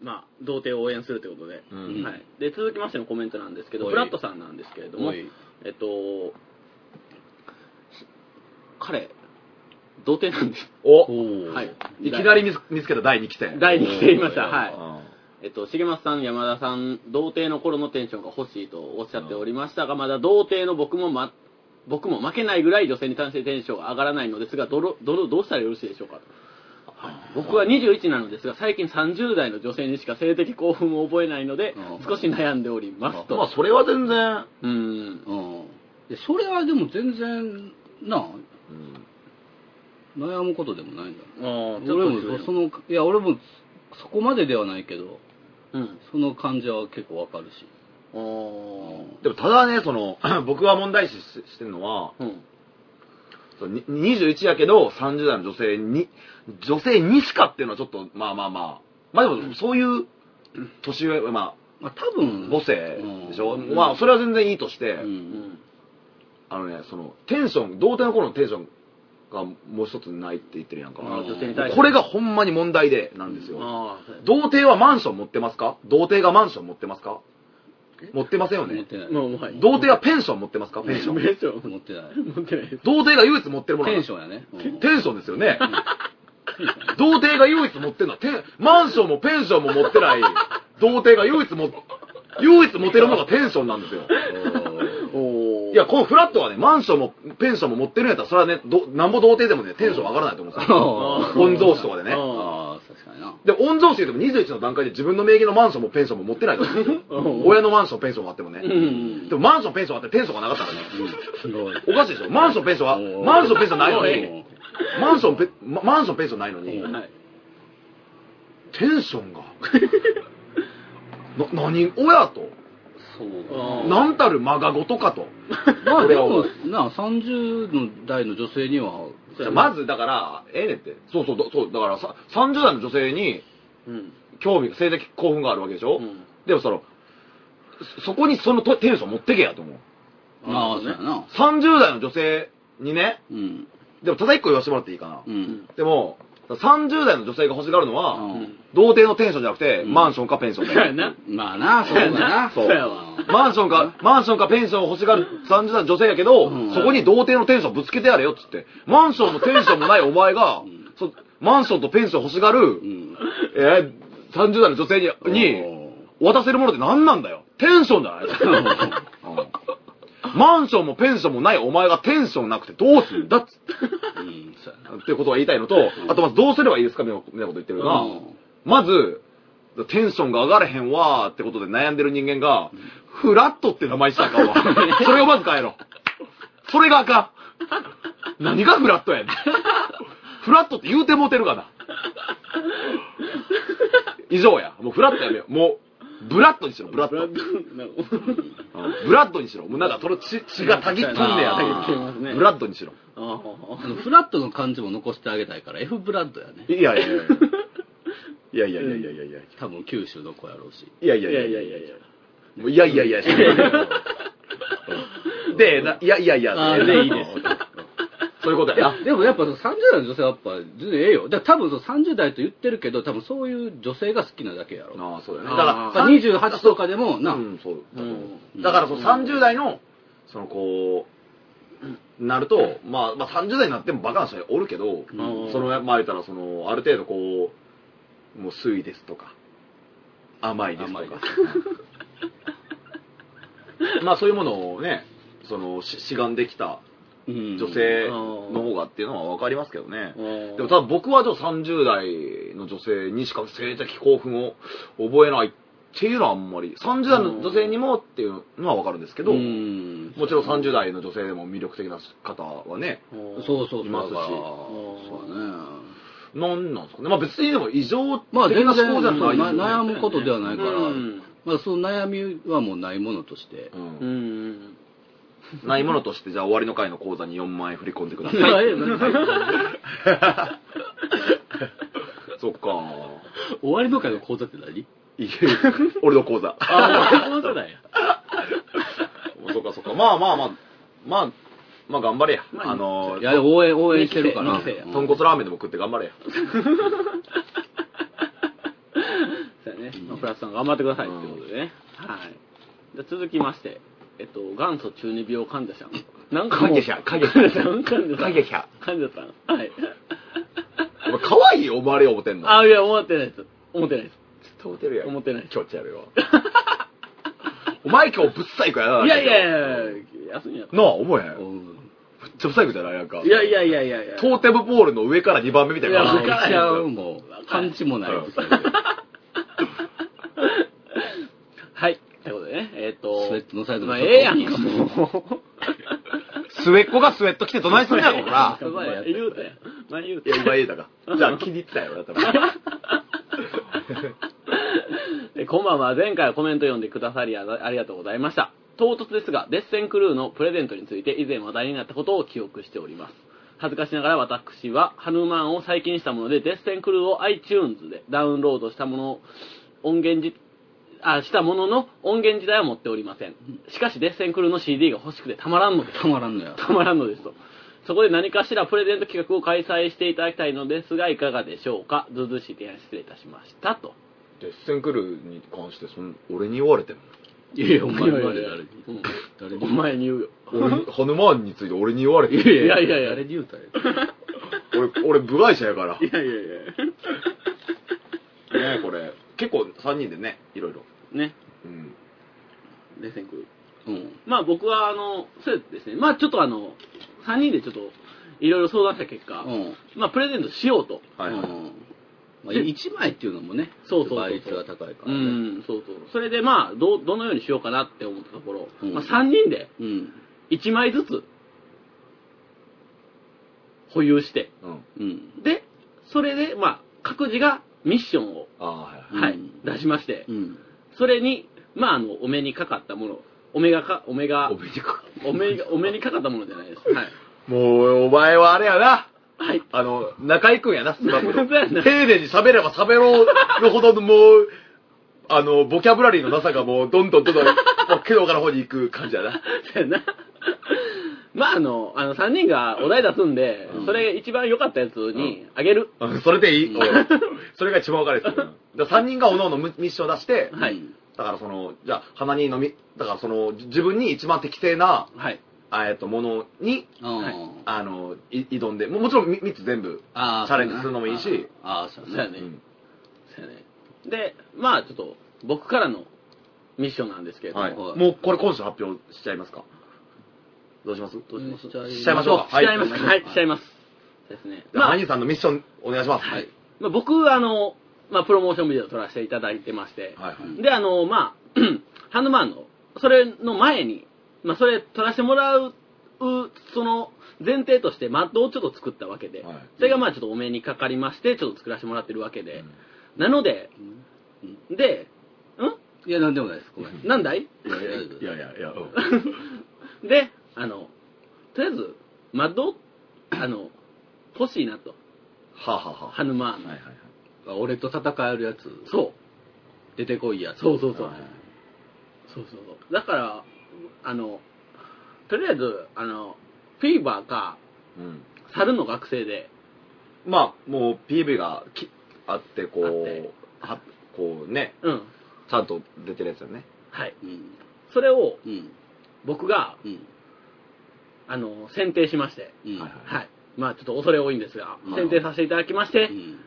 Speaker 3: まあ、童貞を応援するということで、
Speaker 1: うん
Speaker 3: はい、で続きましてのコメントなんですけど、
Speaker 2: はい
Speaker 3: フラットさんなんですけれども、
Speaker 2: は
Speaker 3: え
Speaker 2: い
Speaker 3: っと、彼、童貞なんです。
Speaker 1: お
Speaker 3: はい
Speaker 1: いきなり見つ見つけた第2期生。
Speaker 3: 第2期生いました。
Speaker 2: おー
Speaker 3: は
Speaker 1: う
Speaker 3: い。
Speaker 1: ん
Speaker 3: えっと、重松さん、山田さん、童貞の頃のテンションが欲しいとおっしゃっておりましたが、まだ童貞の僕も、ま、僕も負けないぐらい女性に関してテンションが上がらないのですが、どろどろどうしたらよろしいでしょうか僕は21なのですが、最近30代の女性にしか性的興奮を覚えないので
Speaker 2: う、ん
Speaker 3: 少し悩んでおります
Speaker 1: まあ、
Speaker 3: と。
Speaker 1: それは全然、
Speaker 3: うん。
Speaker 2: うん。でそれはでも全然、なあ悩むことでもないんだ。
Speaker 3: 俺
Speaker 2: 俺もそのいや俺もそこまでではないけど
Speaker 3: うん。
Speaker 2: その感じは結構わかるし
Speaker 3: おー
Speaker 1: でもただね、その、 (clears throat) 僕が問題視ししてるのは、
Speaker 3: うん。
Speaker 1: そのに21やけど、30代の女性に、女性にしかっていうのはちょっと、まあまあまあ、まあでも、そういう、年上、ま
Speaker 2: まあ多
Speaker 1: あ、
Speaker 2: 分
Speaker 1: 母性でしょ、
Speaker 2: うん
Speaker 1: まあ、それは全然いいとして、
Speaker 2: うん
Speaker 3: うん。
Speaker 1: あのね、その、テンション、童貞の頃のテンションがもう一つないって言ってるやんか。
Speaker 3: あ女性に対して。
Speaker 1: これがほんまに問題で、なんですよ。
Speaker 3: ああ、
Speaker 1: 童貞はマンション持ってますか童貞がマンション持ってますか持ってませんよ
Speaker 2: 持っ
Speaker 1: ね。
Speaker 2: てない
Speaker 3: もう、もうはい。
Speaker 1: 童貞はペンション持ってますかペンション。
Speaker 3: ペンション。
Speaker 2: 持ってない
Speaker 3: 持ってないです。
Speaker 1: 童貞が唯一持ってるもの
Speaker 2: テ
Speaker 1: なん
Speaker 2: ン
Speaker 1: です
Speaker 2: ションやねうん
Speaker 1: テンションですよね。 (laughs) 童貞が唯一持ってるのは、テンマンションもペンションも持ってない童貞が唯一も、唯一モテるのがペンションなんですよ。
Speaker 3: お
Speaker 1: い
Speaker 3: ー
Speaker 1: や、このフラットはね、マンションも、ペンションも持ってるんやったら、それはね、どなんぼ童貞でもね、テンション上がらないと思うんですよ。
Speaker 2: (laughs) うん
Speaker 1: 御曹司とかでね。
Speaker 2: ああ、確かにな。
Speaker 1: で、御曹司でも21の段階で自分の名義のマンションもペンションも持ってないからね
Speaker 3: うん
Speaker 1: 親のマンション、ペンションもあってもね。
Speaker 2: うん
Speaker 1: でもマンション、ペンションあってテンションがなかったらね。
Speaker 2: すごい。
Speaker 1: おかしいでしょマンション、ペンションは、
Speaker 2: うん
Speaker 1: マンション、ペンションないの
Speaker 2: う
Speaker 1: に
Speaker 2: ん、
Speaker 1: マンションペ、ママンション、ペンションないのに、
Speaker 2: うん
Speaker 3: はい
Speaker 1: テンションが、 (laughs) な、何親と、
Speaker 2: そう
Speaker 3: うん
Speaker 1: なんたるマガゴとかと。
Speaker 2: (laughs) まあ
Speaker 1: 俺
Speaker 2: で
Speaker 1: は思
Speaker 2: も
Speaker 1: う、
Speaker 2: な、30の代の女性には、
Speaker 1: じゃあまず、だから、ええねんって。そうそう、だそう、だからさ、30代の女性に、
Speaker 3: うん
Speaker 1: 興味、性的興奮があるわけでしょ、
Speaker 3: うん
Speaker 1: でもその、そそこにそのとテンション持ってけやと思う。
Speaker 2: まあ、そうやな。
Speaker 1: 30代の女性にね、
Speaker 2: うん。
Speaker 1: でもただ一個言わせてもらっていいかな。
Speaker 2: うん。
Speaker 1: でも、30代の女性が欲しがるのは、
Speaker 2: うん
Speaker 1: 童貞のテンションじゃなくて、
Speaker 2: うん
Speaker 1: マンションかペンション
Speaker 3: そ
Speaker 1: だ
Speaker 3: う
Speaker 1: よ
Speaker 2: (laughs)
Speaker 3: やな
Speaker 2: まあな、そうやな。
Speaker 1: そう
Speaker 3: やわ
Speaker 1: マンションか、マンションかペンションを欲しがる30代の女性やけど、
Speaker 2: うん
Speaker 1: そこに童貞のテンションぶつけてやれよっつって。マンションもテンションもないお前が、
Speaker 2: ん
Speaker 1: そマンションとペンション欲しがる、
Speaker 2: うん。
Speaker 1: えー、30代の女性に、に渡せるものって何なんだよ。テンションじゃないうん (laughs) マンションもペンションもないお前がテンションなくてどうするんだっつって
Speaker 2: うん、そうやな。
Speaker 1: ってことが言いたいのと、あとまずどうすればいいですかみたいなこと言って
Speaker 2: (laughs)
Speaker 1: るが、
Speaker 2: うん
Speaker 1: まず、テンションが上がれへんわーってことで悩んでる人間が、フラットって名前したらあ (laughs) かんわ。それをまず変えろ。それがあかん。何がフラットやねん。フラットって言うてもうてるがな。以上や。もうフラットやめよう。もう、ブラッドにしろ、ブラッド。うんブラッドにしろ。もうなんか、その血、血がたぎっとんねや。
Speaker 2: あ
Speaker 3: ー
Speaker 1: ブラッドにしろ。
Speaker 3: あー
Speaker 2: あのフラットの感じも残してあげたいから、F ブラッドやね。
Speaker 1: いやいや (laughs) いやいやいやいやいやいやいや
Speaker 2: 多分九州の子やろうし。
Speaker 1: いやい
Speaker 3: い
Speaker 1: や
Speaker 3: や
Speaker 1: い
Speaker 3: い
Speaker 1: や
Speaker 3: や
Speaker 1: い
Speaker 3: い
Speaker 1: や
Speaker 3: や
Speaker 1: い
Speaker 3: い
Speaker 1: や
Speaker 3: や
Speaker 1: い
Speaker 3: い
Speaker 1: や
Speaker 3: や
Speaker 1: いやいやい (laughs) やでないやいやいや
Speaker 2: あーでいいです
Speaker 1: (laughs) そういうこと
Speaker 2: い
Speaker 1: や
Speaker 2: や
Speaker 1: な、
Speaker 2: でもやっぱその30代の女性はやっぱ、全然ええよ。だから多分その30代と言ってるけど、多分そういう女性が好きなだけやろ。
Speaker 1: ああそうだね
Speaker 3: あー
Speaker 1: だ
Speaker 2: だ
Speaker 1: か
Speaker 2: からら28とかでも、な、
Speaker 1: うんそう
Speaker 3: うん
Speaker 1: だからその30代のそのこうなるとまあまあ30代になってもバカな人はおるけど
Speaker 3: うん
Speaker 1: そのまあ言ったらそのある程度こうもう酸いですとか甘いですと
Speaker 2: 甘いで
Speaker 1: か (laughs) まあそういうものをねそのし志願できた
Speaker 2: うん
Speaker 1: 女性の方がっていうのは分かりますけどね、
Speaker 3: で
Speaker 1: でもただ僕はでも30代の女性にしか性的興奮を覚えないっていうのはあんまり30代の女性にもっていうのは分かるんですけど、
Speaker 2: うん
Speaker 1: もちろん30代の女性でも魅力的な方はね
Speaker 2: そううそうそう。
Speaker 1: いますし
Speaker 2: だから
Speaker 1: うん
Speaker 2: そうだね。
Speaker 1: なんなんですかねまあ別にでも異常的
Speaker 2: まあ全
Speaker 1: な
Speaker 2: 然
Speaker 1: 思考じゃ
Speaker 2: そう
Speaker 1: ない、
Speaker 2: な悩むことではないから、
Speaker 3: うん
Speaker 2: まあその悩みはもうないものとして
Speaker 1: う。ん
Speaker 3: うん
Speaker 1: ないものとしてじゃあ終わりの回の口座に4万円振り込んでください
Speaker 2: ないない
Speaker 1: (laughs) そっか
Speaker 2: 終わりの会の講座って何
Speaker 1: いや俺の口座
Speaker 2: ああ、講座だよ。
Speaker 1: (laughs) そっかそっかまあまあまあまあまあ頑張れや、
Speaker 3: まあ
Speaker 1: あの
Speaker 2: いや、応援、応援してるから。
Speaker 3: 見せ見せ
Speaker 2: うん
Speaker 1: 豚骨ラーメンでも食って頑張れや
Speaker 3: そうやね、まあ、プラスさん頑張ってくださいってことでね、はいじゃあ続きましてえっと元祖中二病患者さんなんかもう
Speaker 1: 影者影者
Speaker 3: (laughs) さん患者さん
Speaker 1: 影者
Speaker 3: 患者さんはい
Speaker 1: お前可愛い思われよ思ってんの
Speaker 3: あいや思ってないです思ってないです
Speaker 1: ちょっと思ってるやん
Speaker 3: 思ってない
Speaker 1: 気持ち悪いわお前今日ぶっ最高やない
Speaker 3: やいやいやいや休みや
Speaker 1: なあ思えへん
Speaker 2: う
Speaker 1: ぶっ
Speaker 2: ん
Speaker 1: ちゃ不細工じゃないなんか
Speaker 3: いやいやいやいやいや
Speaker 1: トーテムポールの上から2番目みたい
Speaker 3: いや
Speaker 2: あ
Speaker 1: な
Speaker 2: あ
Speaker 3: わ
Speaker 2: う
Speaker 3: からへん
Speaker 2: ちはもう、感じもない。
Speaker 1: うん
Speaker 3: はいってことでねえっと
Speaker 2: スウェットのサイド
Speaker 3: ま
Speaker 2: の
Speaker 3: あ
Speaker 2: ちょっと
Speaker 3: ええやんか
Speaker 2: (laughs)
Speaker 3: もう
Speaker 1: スウェッコがスウェット着てどないすんやろほら
Speaker 3: お前言うたやん前言う
Speaker 1: い
Speaker 3: た
Speaker 1: や
Speaker 3: やん
Speaker 1: 今言えたかじゃあ気に入ってたよだった
Speaker 3: (laughs)
Speaker 1: ら
Speaker 3: えこんばんは。前回はコメント読んでくださりあありがとうございました。唐突ですが、デッセンクルーのプレゼントについて以前話題になったことを記憶しております。恥ずかしながら私はハヌマンを再建したもので、デッセンクルーを iTunes でダウンロードしたものを音源じ、あ、したものの音源自体は持っておりません。しかし、デッセンクルーの CD が欲しくてたまらんのです
Speaker 2: た。まらんのや。
Speaker 3: たまらんのですと。そこで何かしらプレゼント企画を開催していただきたいのですが、いかがでしょうか。ずうずうしい提案失礼いたしました。と。
Speaker 1: デッセンクルーに関してその俺に言われても
Speaker 2: いやいや、お前
Speaker 3: いやいや
Speaker 2: ま
Speaker 3: い
Speaker 2: で
Speaker 3: や
Speaker 2: 誰に
Speaker 3: うん
Speaker 2: 誰
Speaker 3: お
Speaker 2: に
Speaker 3: 前に言うよ。
Speaker 1: 俺 (laughs) にハヌマーンについて俺に言われても
Speaker 2: いやいや
Speaker 3: い
Speaker 2: い
Speaker 3: や
Speaker 2: や
Speaker 3: いや
Speaker 2: 誰に言うたんや
Speaker 1: (laughs) 俺俺部外者やから
Speaker 3: いやいやいや。
Speaker 1: ねえこれ結構3人でね、いろいろ。
Speaker 3: ね。
Speaker 1: うん。
Speaker 3: レセン君。
Speaker 2: うん。
Speaker 3: まあ僕は、あの、そうですね。まあちょっとあの、3人でちょっと、いろいろ相談した結果、
Speaker 2: うん。
Speaker 3: まあプレゼントしようと。
Speaker 1: はいはい。
Speaker 2: まあ、1枚っていうのもね、
Speaker 3: そうそうそうそう
Speaker 2: ちょっと倍率が高いか
Speaker 3: う
Speaker 2: らね。
Speaker 3: ん、そうそう。それでまあ、どう、どのようにしようかなって思ったところ、
Speaker 2: うん
Speaker 3: まあ3人で
Speaker 2: うん。
Speaker 3: 1枚ずつ、保有して、
Speaker 1: うん。
Speaker 2: うん。
Speaker 3: で、それで、まあ、各自がミッションを、
Speaker 1: ああ、はいはい。
Speaker 3: はい、
Speaker 2: うん
Speaker 3: 出しまして、
Speaker 2: うん。
Speaker 3: それに、まあ、あの、お目にかかったもの、お目がか、お目が
Speaker 1: お、めでとう
Speaker 3: お目が、お目にかかったものじゃないです。はい。 (laughs)
Speaker 1: もう、お前はあれやな。
Speaker 3: はい。
Speaker 1: あの、中井くんやな、ス (laughs) マップの。
Speaker 3: そうやな
Speaker 1: 丁寧に喋れば喋ろうのほどのもう、あの、ボキャブラリーのなさがもう、どんどんどんどん、もう、けどから方に行く感じやな。
Speaker 3: そうやな。まあ、あの、あの、3人がお題出すんで、それ一番良かったやつにあげる。
Speaker 1: うんそれでいい、
Speaker 2: うん
Speaker 1: うんそれが一番わかりやすい。だから3人がおのおのミッションを出して、
Speaker 3: はい
Speaker 2: うん
Speaker 1: だからその、じゃあ、鼻に飲み、だからその、じ自分に一番適正な、
Speaker 3: はい。
Speaker 1: あえっと、ものに、
Speaker 2: あー
Speaker 3: はい
Speaker 1: あの、い挑んで、ももちろん3つ全部。
Speaker 2: あー
Speaker 1: チャレンジするのもいいし。
Speaker 2: あーあー、そう
Speaker 3: そうや
Speaker 2: ね。
Speaker 3: ね。
Speaker 1: うん
Speaker 3: そうやね。で、まあ、ちょっと、僕からのミッションなんですけれども、
Speaker 1: はい。
Speaker 2: はい
Speaker 1: もう、これ今週発表しちゃいますかどうします
Speaker 3: どうします
Speaker 2: しちゃい
Speaker 1: しちゃいましょうか。
Speaker 3: しちゃいます。
Speaker 1: は
Speaker 3: はいい、しちゃいます。ですね。
Speaker 1: じゃあ、
Speaker 3: まあ
Speaker 1: ハニーさんのミッション、お願いします。
Speaker 3: はい。まあ、僕、あの、まあ、プロモーションビデオ撮らせていただいてまして、
Speaker 1: はいはい。
Speaker 3: で、あの、まあ、 (clears throat) ハンドマンの、それの前に、まあ、それ撮らせてもらう、その前提として、マットをちょっと作ったわけで、
Speaker 1: はい
Speaker 3: それがまあ、ちょっとお目にかかりまして、ちょっと作らせてもらってるわけで、なので、で、ん
Speaker 2: いや、なんでもないです。ごめん。
Speaker 3: (laughs) なんだい
Speaker 1: いやいやいやいや、うん
Speaker 3: で、あの、とりあえず、マッド、あの、欲しいなと、
Speaker 1: はあはあはあ
Speaker 3: ハヌマー
Speaker 1: はい
Speaker 3: ンの。
Speaker 1: はいはい。
Speaker 2: 俺と戦えるやつ、
Speaker 3: そう。
Speaker 2: 出てこいやつ。
Speaker 3: そうそうそう
Speaker 2: はい
Speaker 3: そうそうそうだからあのとりあえずあのフィーバーか
Speaker 1: うん。
Speaker 3: 猿の学生で
Speaker 1: まあ、もう PV がきあって、こ
Speaker 3: あって
Speaker 1: う、はこうね、
Speaker 3: うん
Speaker 1: ちゃんと出てるやつよね。
Speaker 3: はい
Speaker 2: うん。
Speaker 3: それを
Speaker 2: うん。
Speaker 3: 僕が
Speaker 2: うん。
Speaker 3: あの選定しまして
Speaker 2: う
Speaker 1: は
Speaker 2: ん。
Speaker 1: いはい
Speaker 3: はいまあちょっと恐れ多いんですが
Speaker 2: うん
Speaker 3: 選定させていただきまして
Speaker 2: うん。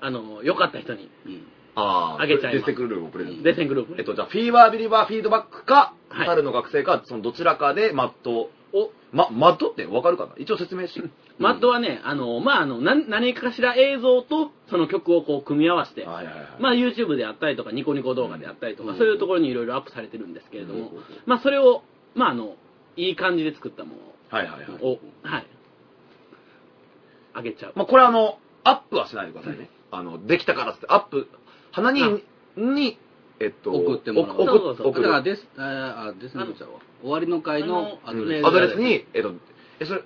Speaker 3: あの良かった人に
Speaker 2: うん。
Speaker 1: あ
Speaker 3: あげちゃいます
Speaker 1: デステクルールをプレゼント。
Speaker 3: デッセングループ
Speaker 1: えっと、じゃあ、フィーバービリバーフィードバックか、
Speaker 3: はい
Speaker 1: 猿の学生か、そのどちらかで、マット、
Speaker 3: を
Speaker 1: ま、マットってわかるかな一応説明して。
Speaker 3: マッドはね、あの、まあ、あの、なん何かしら映像とその曲をこう組み合わせて、
Speaker 1: はいはいはい
Speaker 3: まあ、YouTube であったりとか、ニコニコ動画であったりとか、
Speaker 2: うん
Speaker 3: そういうところにいろいろアップされてるんですけれども、
Speaker 1: うん
Speaker 3: まあ、それを、まあ、あの、いい感じで作ったも
Speaker 1: はいはいはい。
Speaker 3: のを、はい。あげちゃう。
Speaker 1: まあ、これあの、アップはしないでくださいね。あの、できたからっつって、アップ、花に、に、えっと、
Speaker 2: 送ってもらう
Speaker 1: お送
Speaker 3: そうそうそう
Speaker 1: 送
Speaker 2: だ
Speaker 1: る
Speaker 2: からです、あーあ、ですね、ちゃんは。終わりの会の
Speaker 3: あ
Speaker 2: ア
Speaker 1: う
Speaker 2: ド
Speaker 1: ん
Speaker 2: レス。
Speaker 1: アドレスに、えっと、え、それ、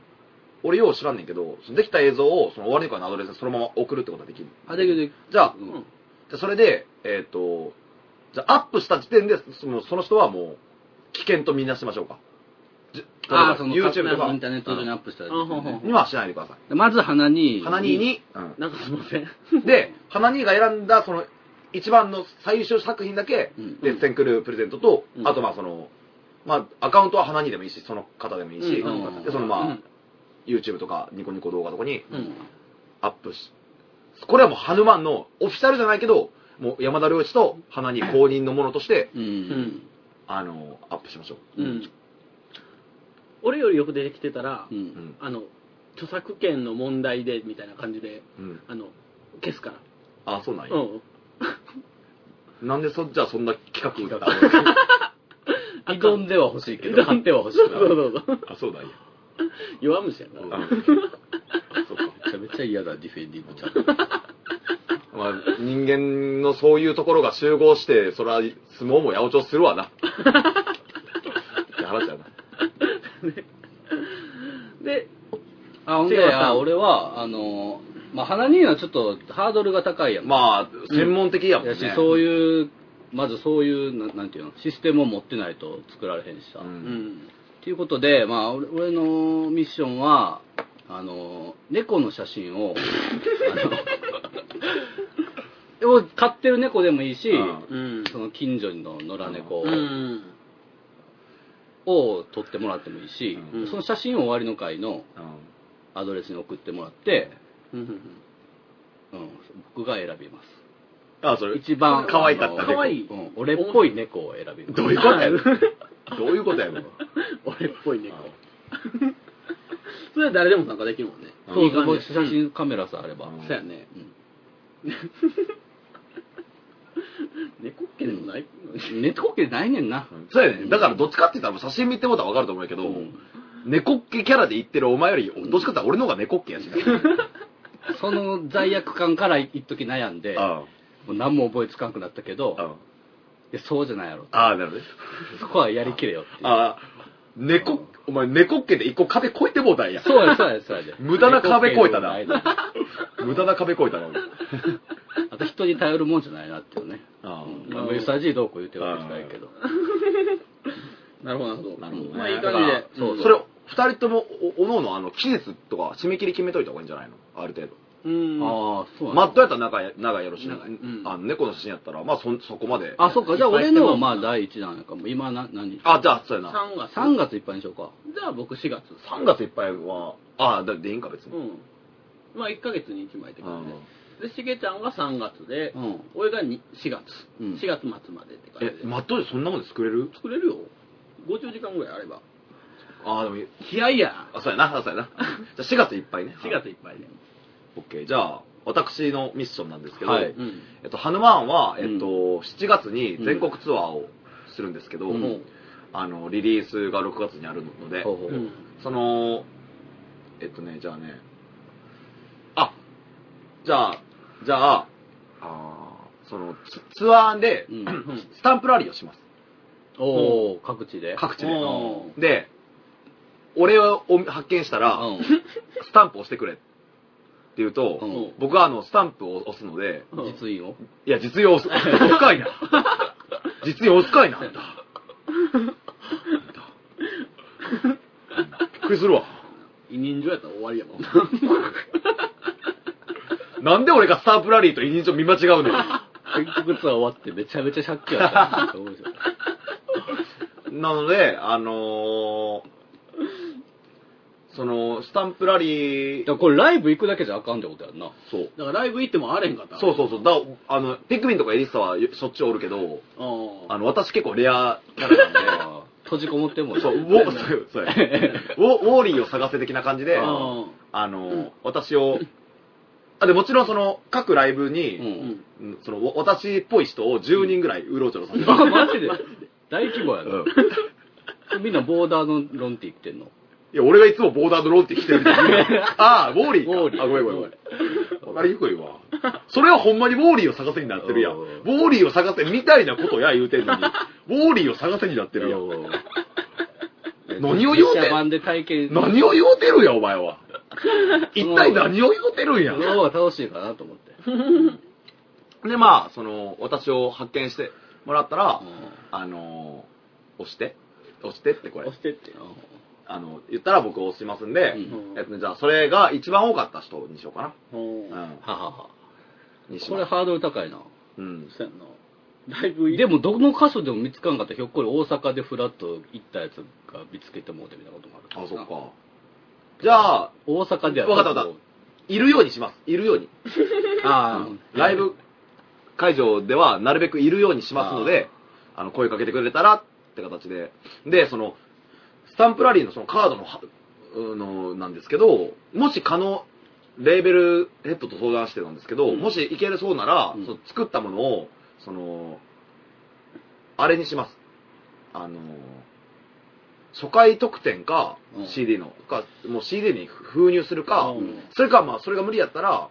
Speaker 1: 俺よう知らんねんけど、そのできた映像を、その終わりの会のアドレスにそのまま送るってことはできる
Speaker 2: あ、だけど、
Speaker 1: じゃあ
Speaker 2: う、ん
Speaker 3: うん
Speaker 1: じゃあそれで、えっ、と、じゃあアップした時点で、そのその人はもう、危険とみなしましょうか。じ
Speaker 2: あーその、
Speaker 1: YouTube とか、
Speaker 2: インターネット上にアップしたやつ
Speaker 3: あほうほう
Speaker 2: ね
Speaker 3: ほ
Speaker 1: にはしないでくださ
Speaker 2: でまず花に。
Speaker 1: い。花に、に、うん
Speaker 3: なんかすいません。
Speaker 1: で、花兄が選んだ、その、一番の最終作品だけ、
Speaker 2: うん
Speaker 1: レッセンクループレゼントと、
Speaker 3: うん
Speaker 1: あとまあその、まあアカウントは花兄でもいいし、その方でもいいし、
Speaker 3: うん
Speaker 2: うん
Speaker 1: で、そのまあ、
Speaker 3: うん
Speaker 1: YouTube とかニコニコ動画とかに
Speaker 3: うん。
Speaker 1: アップし、これはもうハヌマンのオフィシャルじゃないけど、もう山田良一と花兄公認のものとして、
Speaker 2: うん。
Speaker 3: うん。
Speaker 1: あの、アップしましょ
Speaker 3: う
Speaker 1: う。
Speaker 3: ん。俺よりよく出てきてたら、
Speaker 2: う。
Speaker 1: うんん。
Speaker 3: あの、著作権の問題で、みたいな感じで、
Speaker 1: うん。
Speaker 3: あの、消すから。
Speaker 1: あ、そうなんや。
Speaker 3: うん。
Speaker 1: なんでそ、じゃあそんな企画
Speaker 2: 挑んでは欲しいけど、
Speaker 3: 挑
Speaker 2: 買
Speaker 3: ん
Speaker 2: っては欲し
Speaker 3: そう
Speaker 2: くない。
Speaker 3: そうそう。
Speaker 1: (laughs) あ、そうなんや。
Speaker 3: 弱虫やな。
Speaker 1: あそうか。
Speaker 2: めちゃめちゃ嫌だ、ディフェンディングちゃん。
Speaker 1: まあ、人間のそういうところが集合して、それは相撲も八百長するわな。って話だな。
Speaker 3: で、
Speaker 2: あ、ほん
Speaker 3: 違う
Speaker 2: で、あ俺は、あの、まあ、花にはちょっとハードルが高いやん。
Speaker 1: まあ、専門的やもんね。
Speaker 2: やし、そういう、まずそういう、ななんていうの、システムを持ってないと作られへんしさ。
Speaker 1: う。
Speaker 3: うんん。
Speaker 2: ということで、まあ、俺俺のミッションは、あの、猫の写真を、あの、を飼ってる猫でもいいし、
Speaker 1: うん
Speaker 3: うん。
Speaker 2: その近所の野良猫
Speaker 3: うん。
Speaker 2: を撮ってもらってもいいし、
Speaker 3: うん
Speaker 2: その写真を終わりの会の
Speaker 1: う
Speaker 2: アドレスに送ってもらって、
Speaker 3: うん。
Speaker 2: うん、僕が選びます。
Speaker 1: あ、それ。
Speaker 2: 一番
Speaker 1: 可愛かった
Speaker 2: あの
Speaker 1: 猫
Speaker 2: 可愛い、うん俺っぽい猫を選びます
Speaker 1: どういうこと
Speaker 2: (laughs)
Speaker 1: やねん。どういうことやねん。
Speaker 3: 俺っぽい猫。それは誰でも参加できるもんね。
Speaker 2: そう
Speaker 3: いい感じ
Speaker 2: そう写真カメラさえあれば、
Speaker 3: そうやね。猫っ毛でもない、
Speaker 2: 猫系ないねんな、
Speaker 1: そうやね。だからどっちかって言ったら写真見てもらったらわかると思うけど、猫っ毛キャラで言ってるお前より、どっちかって言ったら俺の方が猫っ毛やしな。
Speaker 2: その罪悪感から一時悩んで、
Speaker 1: あ
Speaker 2: もう何も覚えつかんくなったけど、
Speaker 1: あ。
Speaker 2: いやそうじゃないやろ
Speaker 1: ああ、なるほど
Speaker 3: (laughs)
Speaker 1: ね。
Speaker 2: そこはやりきれよっていう
Speaker 1: ああ、猫、お前猫っ毛で一個壁越えてもうたんや。
Speaker 2: そうやそうやそうやで
Speaker 1: 無駄な壁越えたな
Speaker 2: 猫系でもいの
Speaker 1: (laughs) 無駄な壁越えたな。
Speaker 2: あと人に頼るもんじゃないなっていうね。
Speaker 1: あ
Speaker 2: うんまあ、うさじいどうこう言うてるわけじゃないけど。
Speaker 3: (laughs) なるほど、なるほど。
Speaker 1: なるほどね
Speaker 3: まあいい感じで。
Speaker 1: そ
Speaker 3: ん
Speaker 1: う、それ、二人とも、おおのおの、あの、期日とか、締め切り決めといた方がいいんじゃないのある程度。
Speaker 3: うん。
Speaker 2: ああ、そうなんだ
Speaker 1: マットやったら長い、長いやろし、
Speaker 3: 長いうん
Speaker 1: あの猫の写真やったら、まあそ、そこまで。
Speaker 2: あ、そうか。じゃあ
Speaker 3: いっぱい
Speaker 2: 俺のはまあ第一弾やから、もう今な、何
Speaker 1: あ、じゃあ、そうやな。
Speaker 3: 3月。
Speaker 2: ?3 月いっぱいにしようか。
Speaker 3: じゃあ僕4月。
Speaker 1: 3月いっぱいは、あ、だでいいんか、別に。
Speaker 3: うん。まあ1ヶ月に1枚って感
Speaker 1: うん
Speaker 3: じで。で、しげちゃんが3月で、
Speaker 2: うん。
Speaker 3: 俺がに4月。
Speaker 2: うん
Speaker 3: 4月末までって感じ
Speaker 1: え
Speaker 3: で、。
Speaker 1: マットでそんなもんで作れる
Speaker 3: 作れるよ。50時間ぐらいあれば。
Speaker 1: あ、でもいい、
Speaker 3: 気合いや。
Speaker 1: あ、そうやな、あそうや
Speaker 3: (laughs)
Speaker 1: な。じゃあ、4月いっぱいね。
Speaker 3: 4月いっぱいで。
Speaker 1: オッケー。じゃあ、私のミッションなんですけど、
Speaker 2: はい
Speaker 3: うん。
Speaker 1: えっと、ハヌマーンは、えっと、7月に全国ツアーをするんですけど、
Speaker 2: うん
Speaker 1: あの、リリースが6月にあるので、
Speaker 2: ほうほう
Speaker 3: うん。
Speaker 1: その、えっとね、じゃあね、あ、じゃあ、じゃあ、あーそのツ、ツアーで、
Speaker 2: うん
Speaker 3: うん
Speaker 1: スタンプラリーをします。
Speaker 2: おお、各地で。
Speaker 1: 各地で
Speaker 2: おー
Speaker 1: で、俺を発見したら、スタンプ押してくれって言うと、
Speaker 2: うん
Speaker 1: 僕はあの、スタンプを押すので、
Speaker 2: うん。実印を。
Speaker 1: いや、実 (laughs) 用、押すかいな。実用、押すかいな。あんたあんたびっくりするわ。
Speaker 3: 委任状やったら終わりや
Speaker 2: (laughs)
Speaker 3: もん。
Speaker 1: なんで俺がスタンプラリーと委任状見間違うのよ
Speaker 2: 結局ツアー終わってめちゃめちゃ借金あったなと思うでしょ
Speaker 1: なので、あのー、その、スタンプラリ
Speaker 2: だ
Speaker 1: ー、
Speaker 2: からこれライブ行くだけじゃあかんってことやんな。
Speaker 1: そう。
Speaker 3: だからライブ行ってもあれへんかった。
Speaker 1: そうそうそう。だあの、ピクミンとかエリッサはしょっちゅうおるけど、
Speaker 3: うあ
Speaker 1: あの、私結構レアキャラなん
Speaker 2: あー閉じこもっても
Speaker 1: で、そう、ウ
Speaker 2: う。
Speaker 1: ォそうそうや (laughs) ウォウォーリーを探せ的な感じで、
Speaker 2: あ
Speaker 1: あ
Speaker 3: あ。
Speaker 1: の、私を、あ、で、もちろんその、各ライブに、
Speaker 2: う。
Speaker 3: うんん。
Speaker 1: うんその、わ私っぽい人を10人ぐらい、うろうちょろさせて、
Speaker 2: あ、マジで大規模や
Speaker 1: う
Speaker 2: な。
Speaker 1: ん
Speaker 2: みんなボーダーのロンティー着てんの。
Speaker 1: いや、俺がいつもボーダードローンって来てるんだ (laughs) よああ、ウォーリーか。
Speaker 2: ウォーリー
Speaker 1: あ、ごめんごめんごめん。わかりにくいわ。それはほんまにウォーリーを探せになってるやん。
Speaker 2: う
Speaker 1: ウ
Speaker 2: ん
Speaker 1: ォーリーを探せみたいなことや言うてんのに、ウォーリーを探せになってるやん。何を言う
Speaker 2: 実
Speaker 1: て
Speaker 2: 写
Speaker 1: ん
Speaker 2: 版で体験。
Speaker 1: 何を言うてるんや、お前は。一体何を言うてるんや
Speaker 2: そ。の方が楽しいかなと思って。
Speaker 1: で、まあ、その、私を発見してもらったら、
Speaker 2: う
Speaker 1: あのー、押して。押してってこれ
Speaker 3: 押。してって。
Speaker 1: あの、言ったら僕押しますんで、
Speaker 2: うん
Speaker 1: えっとね、じゃあ、それが一番多かった人にしようか
Speaker 3: うん。
Speaker 1: な。うん。
Speaker 2: ははは。
Speaker 1: にし
Speaker 2: こ
Speaker 1: ま
Speaker 2: れ
Speaker 1: す。
Speaker 2: ハードル高いな。
Speaker 1: うん。
Speaker 3: そうやんな。ライブ行
Speaker 2: でも、どの箇所でも見つかんかったら、ひょっこり大阪でフラッと行ったやつが見つけてもうてみたいなこともあるら
Speaker 1: あ、
Speaker 2: な
Speaker 1: そっか。じゃあ、
Speaker 2: 大阪では。
Speaker 1: わかったわかいるようにします。いるよう (laughs) に。
Speaker 2: ああ。
Speaker 1: ライブ会場ではなるべくいるようにしますので、あの、声かけてくれたらって形で。で、その、スタンプラリーのそのカードのは、うの、なんですけど、もし可能、レーベルヘッドと相談してたんですけど、
Speaker 2: うん
Speaker 1: もしいけるそうなら、
Speaker 2: うん
Speaker 1: その作ったものを、その、あれにします。あの、初回特典か
Speaker 2: うん
Speaker 1: CD の、か、もう CD に封入するか、
Speaker 3: うん
Speaker 1: それかまあ、それが無理やったら、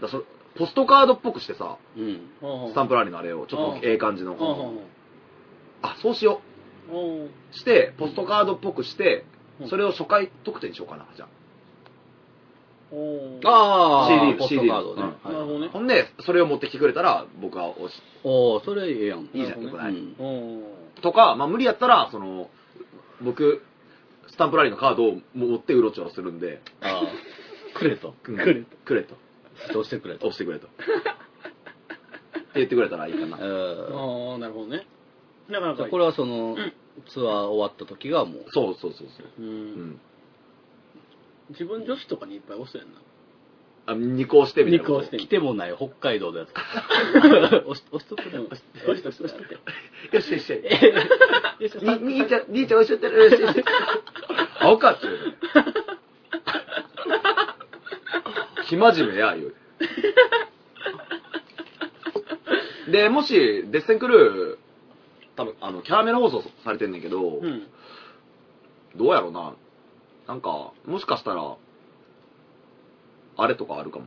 Speaker 1: だそれポストカードっぽくしてさ、
Speaker 2: うん。
Speaker 3: うん
Speaker 1: スタンプラリーのあれを、ちょっとええ感じ
Speaker 3: うんうん
Speaker 1: の。あ、そうしよ
Speaker 3: うんうん
Speaker 1: う。して、ポストカードっぽくして
Speaker 3: うん、
Speaker 1: それを初回特典にしようかな、じゃ
Speaker 3: うん
Speaker 2: ああ。
Speaker 1: CD
Speaker 2: ポストカード
Speaker 1: う
Speaker 2: ね。
Speaker 1: ん
Speaker 2: はい
Speaker 3: なるほど
Speaker 1: あ。
Speaker 3: ね
Speaker 1: ほんで、それを持ってきてくれたら、僕はおし、
Speaker 2: おお、それええやん。
Speaker 1: いいじゃん、よ
Speaker 3: なる
Speaker 1: く
Speaker 3: ほど
Speaker 1: な
Speaker 2: う
Speaker 1: い。
Speaker 2: ん
Speaker 3: うん
Speaker 1: とか、まあ無理やったら、その、僕、スタンプラリーのカードを持ってうろちょろするんで、
Speaker 2: ああ。くれと。
Speaker 1: く
Speaker 2: くれと。
Speaker 1: くれと。
Speaker 2: どうしてくれと。
Speaker 1: 押してくれと。って言ってくれたらいいかな。
Speaker 2: うん
Speaker 3: ああ、なるほどね。なか
Speaker 2: じ
Speaker 3: な
Speaker 2: ゃ
Speaker 3: か
Speaker 2: あ
Speaker 3: いい。
Speaker 2: これはその、ツアー終わった時がもう。
Speaker 1: そうそうそうそう。う
Speaker 3: う
Speaker 1: んん。
Speaker 3: 自分女子とかにいっぱい押すやんな。
Speaker 1: あ二行してみたいなこと。
Speaker 3: 二行して
Speaker 2: 来てもない北海道のやつ。押し押しとくね。
Speaker 3: どうしたどうしたって。
Speaker 1: よしよしよし。に兄ちゃん、兄ちゃんおっしゃってる。よしよし。青かっちゅうね。生真面目や、言うて。で、もし、デッセンクルー、多分、あの、キャラメル放送されてんねんけど、
Speaker 3: うん。
Speaker 1: どうやろな。なんか、もしかしたら、あれとかあるかも。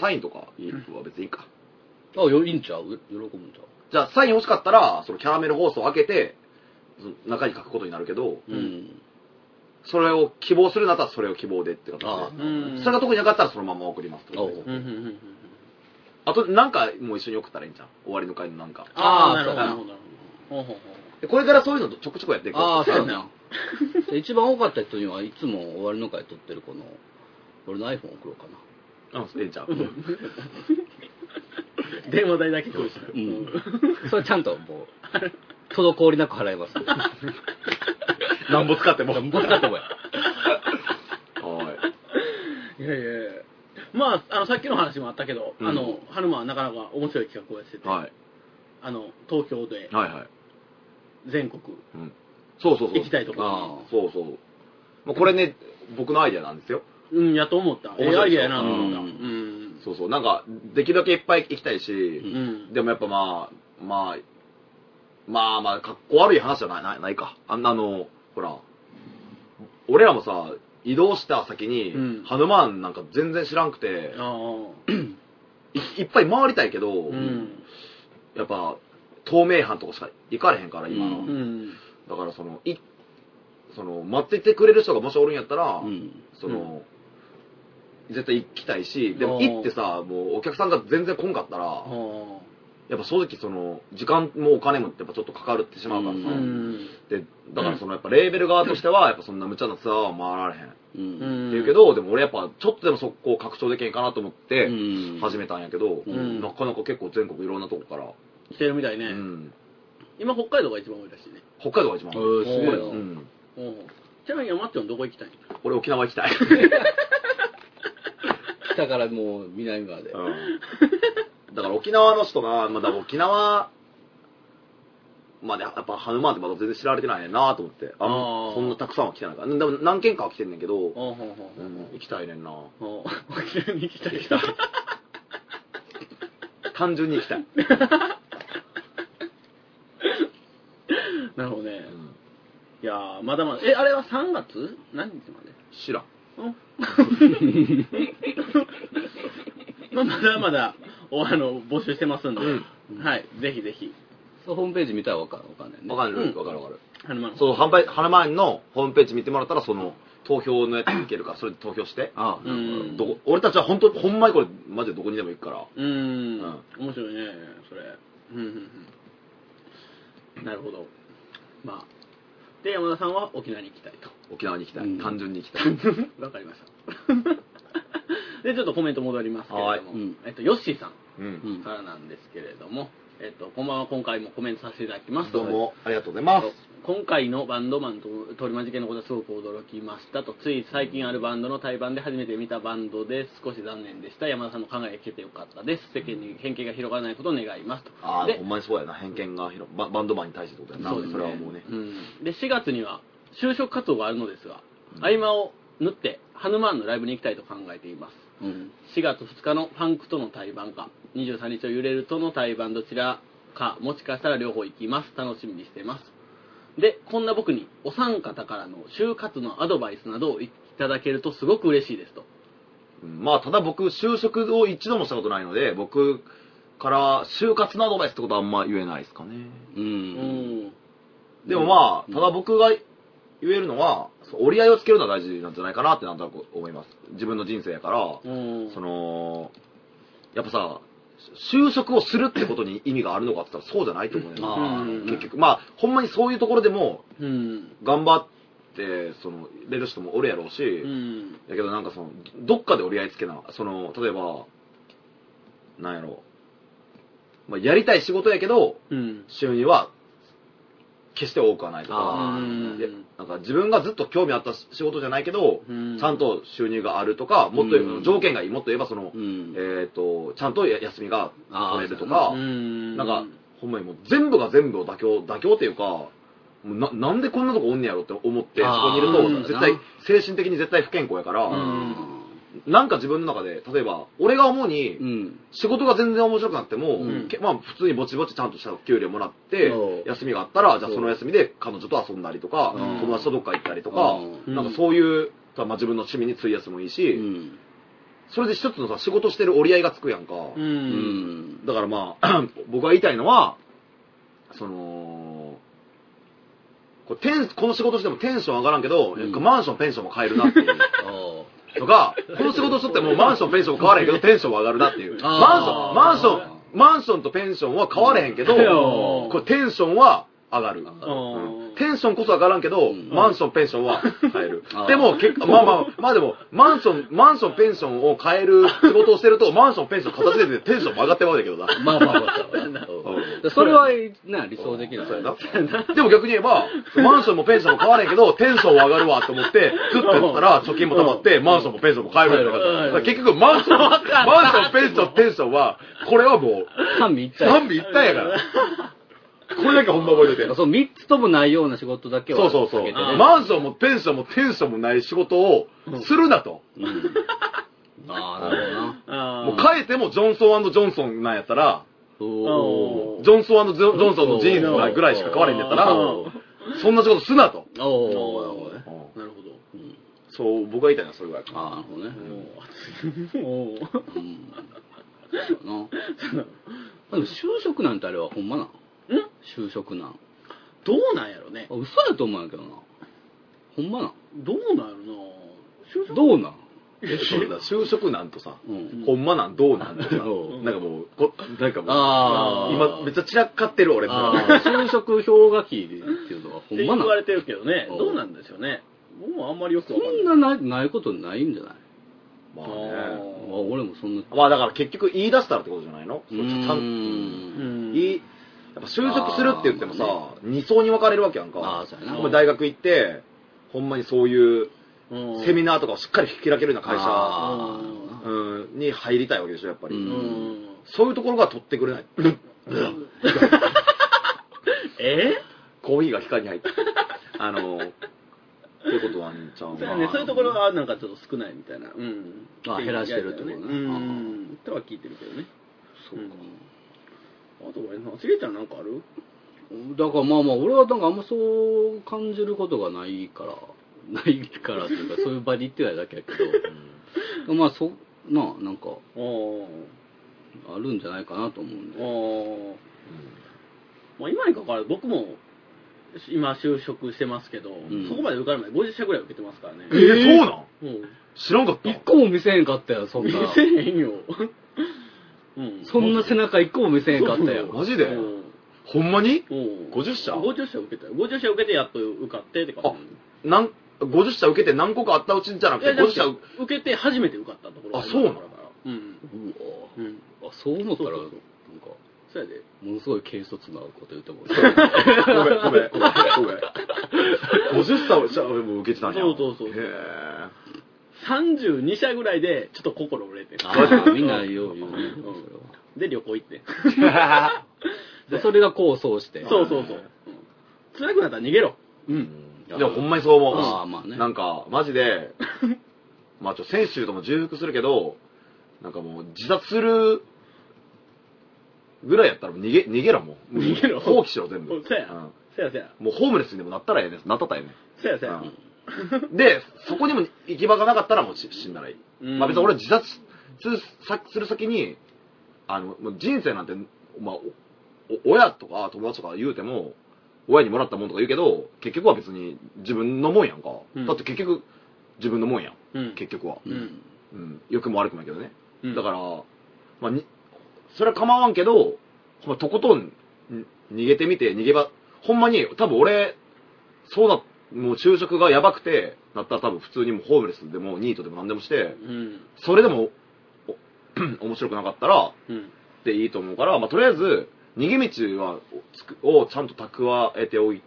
Speaker 1: サインとかは別にいいか。
Speaker 2: あ、よ、いいんちゃう喜ぶんちゃ
Speaker 1: じゃあ、サイン欲しかったら、そのキャラメル放送を開けて、その中に書くことになるけど、
Speaker 2: ううん。
Speaker 1: それを希望するならそれを希望でって形で。
Speaker 2: ああ
Speaker 3: うん
Speaker 1: それが特になかったらそのまま送りますってことで
Speaker 2: おう
Speaker 3: うんうんうんうん。
Speaker 1: あと、なんかもう一緒に送ったらいいんじゃん。終わりの回のなんか。
Speaker 3: ああ、
Speaker 2: あ
Speaker 3: な
Speaker 2: ー
Speaker 3: る
Speaker 2: そ
Speaker 3: ほど、
Speaker 2: う
Speaker 3: な
Speaker 2: だ
Speaker 3: るほど。ほうほうほ
Speaker 1: でこれからそういうのちょくちょくやっていこう。
Speaker 2: ああ、そうや
Speaker 1: ん
Speaker 2: な。で一番多かった人にはいつも終わりの回撮ってるこの、俺の iPhone 送ろうかな。
Speaker 1: うん、ええじゃん。うん
Speaker 3: う電話代だけ来るしな。
Speaker 2: うん。それちゃんともう、滞りなく払います。
Speaker 1: なんぼ使っても。
Speaker 2: なんぼ使ってもや。
Speaker 1: はい。
Speaker 3: いやいやいや。まあ、あの、さっきの話もあったけど、
Speaker 1: うん
Speaker 3: あの、春馬はなかなか面白い企画をやってて、
Speaker 1: はい。
Speaker 3: あの、東京で
Speaker 1: はいはい。
Speaker 3: 全国
Speaker 1: うん。そうそうそう。
Speaker 3: 行きたいとこ
Speaker 2: ああ
Speaker 1: そうそう。まあ、これね、僕のアイデアなんですよ。
Speaker 3: うん、やと思った。え
Speaker 1: 面
Speaker 3: え
Speaker 1: 白
Speaker 3: ア
Speaker 1: い
Speaker 3: イ
Speaker 1: でしょ
Speaker 3: デアやなと思った。う
Speaker 2: うん
Speaker 3: ん。
Speaker 1: そうそう。なんか、できるだけいっぱい行きたいし、
Speaker 3: うん。
Speaker 1: でもやっぱまあ、まあ、まあまあ、かっこ悪い話じゃない、ないないか。あんなあの、ほら、俺らもさ、移動した先に、
Speaker 3: うん
Speaker 1: ハヌマーンなんか全然知らんくて、
Speaker 3: ああ。
Speaker 1: いいっぱい回りたいけど、
Speaker 3: うん。
Speaker 1: やっぱ、透明班とかしか行かれへんから、今。
Speaker 2: うん
Speaker 3: うん。
Speaker 1: だからその、い、その、待っててくれる人がもしおるんやったら、
Speaker 2: うん。
Speaker 1: その、絶対行きたいし、でも
Speaker 3: あー
Speaker 1: 行ってさ、もうお客さんが全然来んかったら
Speaker 3: あ、あ。
Speaker 1: やっぱ正直その、時間もお金もやっぱちょっとかかるってしまうからさ、
Speaker 3: うん。
Speaker 1: で、だからそのやっぱレーベル側としては、やっぱそんな無茶なツアーは回られへんって
Speaker 2: う。
Speaker 3: うんん。
Speaker 1: 言うけ、ど、でも俺やっぱちょっとでもそこを拡張できへんかなと思って、
Speaker 2: うん
Speaker 1: 始めたんやけど、
Speaker 3: うん
Speaker 1: なかなか結構全国いろんなとこから、
Speaker 3: してるみたいね。
Speaker 1: うん
Speaker 3: 今、北海道が一番多いらしいね。
Speaker 1: 北海道が一番
Speaker 2: え
Speaker 1: 多い、
Speaker 2: ー、すごいな。
Speaker 1: うん、
Speaker 3: おうちなみに山っちゃんどこ行きたい
Speaker 1: 俺沖縄行き
Speaker 3: (laughs)
Speaker 1: たい、
Speaker 2: 北からもう南まで。
Speaker 1: うんだから沖縄の人が、まだ沖縄までやっぱハヌマーンってまだ全然知られてないなと思って、あん
Speaker 3: あー
Speaker 1: そんなたくさんは来てないから、でも何軒かは来てんねんけど、
Speaker 3: おうほうほ
Speaker 1: う
Speaker 3: う。
Speaker 1: ん行きたいねんな
Speaker 3: おう沖縄に行きたい。行きたい。
Speaker 1: 単純に行きたい、
Speaker 3: (laughs) なるほどね
Speaker 1: う。ん
Speaker 3: いやー、まだまだ。え、あれは3月何日まで
Speaker 1: 知らん
Speaker 3: (laughs) まあ、まだまだ、お、あの、募集してますんで、
Speaker 1: うん
Speaker 3: はい、ぜひぜひ。
Speaker 2: そうホームページ見たらわかわかんないね。
Speaker 1: わか
Speaker 3: うん
Speaker 1: る、わかるわかる。
Speaker 3: あの、まあ、
Speaker 1: その販売、花前のホームページ見てもらったら、その、投票のやついけるから、それで投票して。
Speaker 2: ああ、
Speaker 3: う
Speaker 2: なる
Speaker 3: ん。
Speaker 1: どこ、俺たちは本当、ほんまにこれ、マジでどこにでも行くから。
Speaker 3: うーん
Speaker 1: うん。
Speaker 3: 面白いね、それ。うんうんうん。なるほど。まあ。で、山田さんは沖縄に行きたいと。
Speaker 1: 沖縄に行きた
Speaker 2: う
Speaker 1: い。
Speaker 2: ん
Speaker 1: 単純に行きたい。
Speaker 3: わかりました。 (laughs) で、ちょっとコメント戻りますけれども、
Speaker 1: はい
Speaker 2: うん
Speaker 3: えっと、ヨッシーさん
Speaker 1: う。
Speaker 2: うんん
Speaker 3: からなんですけれども、えっと、こんばんは、今回もコメントさせていただきます。
Speaker 1: どうも、ありがとうございます。
Speaker 3: 今回のバンドマンとトリマ事件のことはすごく驚きましたとつい最近あるバンドの対バンで初めて見たバンドです少し残念でした山田さんの考えが聞けてよかったです世間に偏見が広がらないことを願いますと
Speaker 1: ああ、
Speaker 3: で
Speaker 1: ほんまにそうやな。偏見が広いババンドマンに対してってことやな。
Speaker 3: そうです
Speaker 1: れ
Speaker 3: ね
Speaker 1: はもうね。
Speaker 3: うんで4月には就職活動があるのですが、
Speaker 1: うん
Speaker 3: 合間を縫ってハヌマーンのライブに行きたいと考えています
Speaker 2: うん。
Speaker 3: 4月2日のファンクとの対バンか23日を揺れるとの対バンどちらかもしかしたら両方行きます楽しみにしていますでこんな僕にお三方からの就活のアドバイスなどをいただけるとすごく嬉しいですと
Speaker 1: うんまあ、ただ僕、就職を一度もしたことないので、僕から就活のアドバイスってことはあんま言えないですかね。
Speaker 2: う。
Speaker 3: うん
Speaker 1: でもまあ、
Speaker 2: うん
Speaker 1: ただ僕が言えるのは、そう折り合いをつけるのは大事なんじゃないかなってなんとなく思います。自分の人生やから、
Speaker 3: うん
Speaker 1: その、やっぱさ、就職をするってことに意味があるのかって言ったらそうじゃないと思うねん
Speaker 2: あ
Speaker 1: な。
Speaker 2: あ、
Speaker 3: うん
Speaker 1: 結局、まあ、ほんまにそういうところでも、
Speaker 3: うん
Speaker 1: 頑張って、その、れる人もおるやろうし、
Speaker 3: うん
Speaker 1: やけどなんかその、どっかで折り合いつけな、その、例えば、なんやろう、まあ、やりたい仕事やけど、
Speaker 3: うん
Speaker 1: 収入は決して多くはないと
Speaker 2: あ
Speaker 1: か、
Speaker 3: ー
Speaker 1: でなんか自分がずっと興味あった仕事じゃないけど、
Speaker 3: うん
Speaker 1: ちゃんと収入があるとか、もっと言えば
Speaker 2: うん
Speaker 1: 条件がいい、もっと言えばその、
Speaker 2: うん
Speaker 1: えっ、と、ちゃんとや休みが取れるとか、
Speaker 3: うん
Speaker 1: なんか、ほんまにもう全部が全部を妥協、妥協っていうか、もうななんでこんなとこおんねやろって思って、そ
Speaker 2: あ
Speaker 1: こに
Speaker 2: ー
Speaker 1: いる
Speaker 3: うん
Speaker 1: と、絶対
Speaker 2: な、
Speaker 1: 精神的に絶対不健康やから、
Speaker 3: うん
Speaker 1: なんか自分の中で、例えば、俺が思うに、
Speaker 2: うん。
Speaker 1: 仕事が全然面白くなっても、
Speaker 2: うん
Speaker 1: けまあ普通にぼちぼちちゃんとした給料もらって
Speaker 2: そう、
Speaker 1: 休みがあったら、じゃあ
Speaker 2: そう
Speaker 1: その休みで彼女と遊んだりとか、
Speaker 2: うん
Speaker 1: 友達とどっか行ったりとか、
Speaker 3: うん
Speaker 1: なんかそういう、まあ自分の趣味に費やすもいいし、
Speaker 2: うん。
Speaker 1: それで一つのさ、仕事してる折り合いがつくやんか。
Speaker 3: う
Speaker 2: うんん。
Speaker 1: だからまあ、 (clears throat) 僕が言いたいのは、その、こうテンこの仕事してもテンション上がらんけど、
Speaker 2: うん
Speaker 1: マンション、ペンションも買えるなって
Speaker 2: (laughs)
Speaker 1: いう。
Speaker 2: おー
Speaker 1: とか、この仕事しとってもマンション、ペンションも変われへんけど、テンションは上がるなっていう。
Speaker 2: あー
Speaker 1: マンション、マンション、マンションとペンションは変われへんけど、
Speaker 3: うん
Speaker 1: これテンションは上がる。
Speaker 2: あ
Speaker 1: うんテンションこそ上がらんけど、
Speaker 2: うん
Speaker 1: マンション、ペンションは変える
Speaker 2: (laughs) あー。
Speaker 1: でも、結果、まあまあ、まあでも、マンション、マンション、ペンションを変える仕事をしてると、マンション、ペンション片付けてテンションも上がってまうだけどな。
Speaker 2: まあまあまあそう。それは、な、理想的な。
Speaker 1: そうや (laughs) な。でも逆に言えば、マンションもペンションも買われへんけど、テンションは上がるわと思って、ずっとやったら、貯金も貯まって、マンションもペンションも買えるようになっただから結局、マンション、マンション、ペンション、ペンションは、これはもう、
Speaker 2: 三位一体。
Speaker 1: 三尾一体やから。これだけほんま覚えてて。そ
Speaker 2: そう、三つともないような仕事だけは。
Speaker 1: うそうそ
Speaker 2: 避け
Speaker 1: う。
Speaker 2: てね
Speaker 1: マンションもペンションもテンションもない仕事をするなと。
Speaker 2: うんああ、なるほどな。
Speaker 3: あー
Speaker 1: もう変えてもジョンソンジョンソンなんやったら、
Speaker 2: お
Speaker 1: ジョンソンジョンジョンソンのジーンズぐらいしか買われへんやったら
Speaker 3: うん、
Speaker 1: そんな仕事すなと。
Speaker 2: ー。おー。
Speaker 1: う
Speaker 3: なるほど
Speaker 2: うん
Speaker 1: んそう、僕が言いたいのはそれぐらいかな。
Speaker 2: ああ、なるほどね。
Speaker 3: おー
Speaker 2: うん。そうやな。でも就職なんてあれはほんまなん
Speaker 3: ん
Speaker 2: 就職なん。
Speaker 3: どうなんやろね
Speaker 2: あ嘘やと思うんやけどな。ほんまなん
Speaker 3: どうなんやろな就職
Speaker 2: どうなん
Speaker 1: それだ就職なんとさ、
Speaker 2: うん。
Speaker 1: ほんまなんどうなんとさ、
Speaker 2: うん
Speaker 1: なんかもう、こなんかもう、
Speaker 2: あー
Speaker 1: 今めっちゃ散らかってる俺も。
Speaker 2: ああ、就職氷河期っていうのはほん
Speaker 3: って
Speaker 2: ま
Speaker 3: 言
Speaker 2: な
Speaker 3: われ
Speaker 2: ん
Speaker 3: てるけどね
Speaker 2: うん
Speaker 3: どうなんでしょうね僕もあんまりよく
Speaker 2: そ
Speaker 3: わかん
Speaker 2: ん
Speaker 3: ない
Speaker 2: なないないことないんじゃない
Speaker 1: ま
Speaker 3: あ
Speaker 1: あね。
Speaker 2: あ
Speaker 3: ー
Speaker 2: 俺もそんな。
Speaker 1: まあだから結局言い出したらってことじゃないのそうちゃん
Speaker 2: うー。
Speaker 3: うんん
Speaker 1: いいやっぱ就職するって言っても
Speaker 2: あ
Speaker 1: さ、二層に分かれるわけやん
Speaker 2: ああ、
Speaker 1: か。
Speaker 2: そうやな。
Speaker 1: まあ大学行って、ほんまにそういう
Speaker 3: うん
Speaker 1: セミナーとかをしっかり開けるような会社
Speaker 2: あー
Speaker 1: うんに入りたいわけでしょ、やっぱり。
Speaker 2: うん
Speaker 3: うん
Speaker 1: そういうところが取ってくれない。
Speaker 3: え
Speaker 1: コーヒーが光に入って。あの、っていうことはんちゃん
Speaker 3: そうや
Speaker 1: は。
Speaker 3: ねそういうところはなんかちょっと少ないみたいなうん
Speaker 2: あ減らしてるってことね
Speaker 3: ねうんとは聞いてるけどね
Speaker 2: そうか。
Speaker 3: あと俺なしげちゃんなんかある
Speaker 2: だからまあまあ、俺はなんかあんまそう感じることがないから、 (laughs) ないからっていうか、そういう場に行ってないだけやけど、まあそ、なあ、なんか、
Speaker 3: あー
Speaker 2: あるんじゃないかなと思うん
Speaker 3: あ
Speaker 2: で。
Speaker 3: ーまあ今にかかわらず僕も今就職してますけど、
Speaker 2: ん
Speaker 3: そこまで受かる前に50社ぐらい受けてますからね
Speaker 1: えー、そうなん
Speaker 3: うん
Speaker 1: 知らんかった
Speaker 2: 一個も見せへんかったよ、そん
Speaker 3: 見
Speaker 2: な。
Speaker 3: せへんよ、うん、
Speaker 2: そんな背中一個も見せへんかったよ。
Speaker 1: マジで
Speaker 3: うん
Speaker 1: ほんまに
Speaker 3: うん、
Speaker 1: 50社
Speaker 3: 50社受けたよ50社受けてやっと受かってって感
Speaker 1: あ、なん、50社受けて何個かあったうちじゃなく
Speaker 3: じ
Speaker 1: て、
Speaker 3: いや
Speaker 1: 50社、
Speaker 3: 受けて初めて受かったところ
Speaker 1: あそうなの
Speaker 3: だからうん
Speaker 2: う
Speaker 3: う
Speaker 2: わ
Speaker 3: ん
Speaker 2: ぁあ、そう思ったら、
Speaker 3: そ
Speaker 2: な
Speaker 3: うんそう
Speaker 2: か、
Speaker 3: そうやで
Speaker 2: ものすごい軽率なこと言うと思う。
Speaker 1: ごめん、ごめん、ごめん、ごめん。50社を、じゃあ俺も受けてたんや。
Speaker 3: そうそうそう
Speaker 1: へぇ
Speaker 3: 32社ぐらいでちょっと心折れて
Speaker 2: ああ、みんなよう言うね、
Speaker 3: うん
Speaker 2: それは
Speaker 3: で旅行行って
Speaker 2: でそれが功を奏して。
Speaker 3: そうそうそう、うん、辛くなったら逃げろ
Speaker 1: うん。でもほんまにそう思う。
Speaker 2: ああまあね
Speaker 1: なんか、マジ
Speaker 3: (laughs)
Speaker 1: で、まあちょ、先週とも重複するけど、なんかもう自殺するぐらいやったらもう逃げ、逃げろもう。
Speaker 3: 逃げろ
Speaker 1: 放棄しろ全部。
Speaker 3: そうや
Speaker 1: ん
Speaker 3: そやそや
Speaker 1: もうホームレスにでもなったらええねなったったらええね
Speaker 3: そやそや、
Speaker 1: うんで、そこにも行き場がなかったらもうし死んだらいい。
Speaker 3: うん
Speaker 1: まあ別に俺自殺すさする先に、あの、もう人生なんて、まあ、おお親とか友達とか言うても、親にもらったもんとか言うけど、結局は別に自分のもんやんか。
Speaker 3: うん
Speaker 1: だって結局、自分のもんやん。
Speaker 3: うん
Speaker 1: 結局は。
Speaker 3: う
Speaker 2: うんん。
Speaker 1: うん。良くも悪くもやけどね。
Speaker 3: うん
Speaker 1: だから、まあに、それは構わんけど、ほんまとことんん逃げてみて、逃げば、ほんまに、多分俺、そうな、もう就職がやばくて、なったら多分普通にもうホームレスでもニートでも何でもして、
Speaker 3: うん
Speaker 1: それでも、お (clears throat) 面白くなかったら、
Speaker 3: うん
Speaker 1: でいいと思うから、まあ、とりあえず、逃げ道は、おつくをちゃんと蓄えておい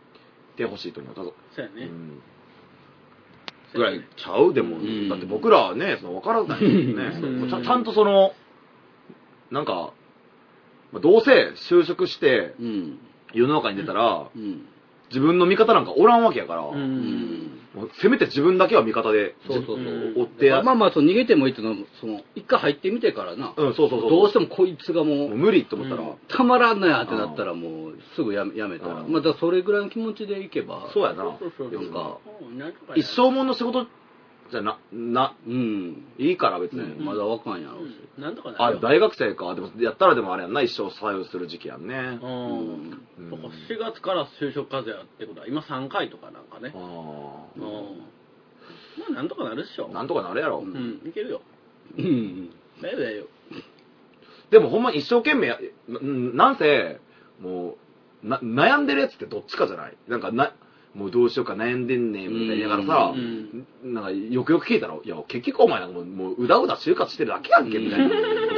Speaker 1: てほしいと思う。ただ
Speaker 3: そうや
Speaker 1: う
Speaker 3: ね。
Speaker 1: んぐ
Speaker 3: そう
Speaker 1: ら
Speaker 3: や
Speaker 1: い
Speaker 3: ね
Speaker 1: ちゃうでも、
Speaker 2: うん
Speaker 1: だって僕らはね、その分からないです
Speaker 2: (laughs)
Speaker 1: よね
Speaker 3: う。
Speaker 1: そう
Speaker 3: ん
Speaker 1: ちゃんちゃんとその、なんか、まあどうせ就職して
Speaker 2: うん。
Speaker 1: 世の中に出たら、
Speaker 2: うん。
Speaker 1: 自分の味方なんかおらんわけやから、
Speaker 3: う。
Speaker 2: うんん。
Speaker 1: もうせめて自分だけは味方で、
Speaker 2: そうそうそう
Speaker 1: 追ってや、
Speaker 2: まあまあ、そう逃げてもいいっていうのは、その、一回入ってみてからな。
Speaker 1: うん、そうそうそう。
Speaker 2: どうしてもこいつがも
Speaker 1: もう
Speaker 2: う、
Speaker 1: 無理と思ったら、
Speaker 3: うん
Speaker 2: たまらんなやってなったら、もう、すぐやめやめたら。
Speaker 1: うん
Speaker 2: まあ、だからそれぐらいの気持ちでいけば。
Speaker 1: そうやな。
Speaker 3: そうそうそう。
Speaker 2: なんか
Speaker 3: うんなんとかや
Speaker 1: 一生もんの仕事じゃな、な、
Speaker 2: うん。
Speaker 1: いいから別に。
Speaker 2: ね、まだ若いんやろ
Speaker 3: う
Speaker 2: うし。
Speaker 3: んなんとかな
Speaker 1: あ
Speaker 3: る、よ。
Speaker 1: 大学生か。でも、やったらでもあれやんな、一生左右する時期やんね。
Speaker 3: う
Speaker 1: あ
Speaker 3: ん。
Speaker 1: うん
Speaker 3: だから4月から就職課税やってことは、今3回とかなんかね。うん。
Speaker 1: あ。
Speaker 3: まあ、なんとかなるっしょ。
Speaker 1: なんとかなるやろ。
Speaker 3: うん、いけるよ。
Speaker 2: うん。
Speaker 3: だよだよ。
Speaker 1: でもほんま一生懸命や、ななんせ、もう、な、悩んでるやつってどっちかじゃないなんかな、もうどうしようか悩んでんねん、みたいながらさ、
Speaker 3: うん
Speaker 1: なんかよくよく聞いたら、いや、結局お前なんかもう、もううだうだ就活してるだけやんけ、みたいな。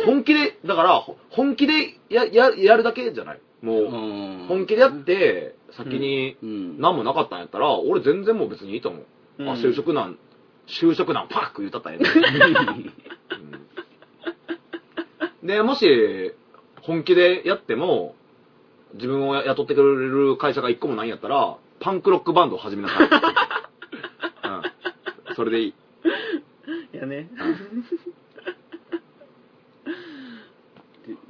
Speaker 1: 本気で、だから、ほ本気でや、や、やるだけじゃないもう、
Speaker 2: うん
Speaker 1: 本気でやって、先に
Speaker 2: うん。
Speaker 1: 何もなかったんやったら、俺全然もう別にいいと思う。
Speaker 3: うん
Speaker 1: あ、就職なん、就職なん、パック言うたったんやね、
Speaker 3: (laughs)
Speaker 1: うんで、もし、本気でやっても、自分を雇ってくれる会社が一個もないんやったら、パンクロックバンドを始めな
Speaker 3: (laughs)
Speaker 1: さい。うん。それでいい。
Speaker 3: いやね。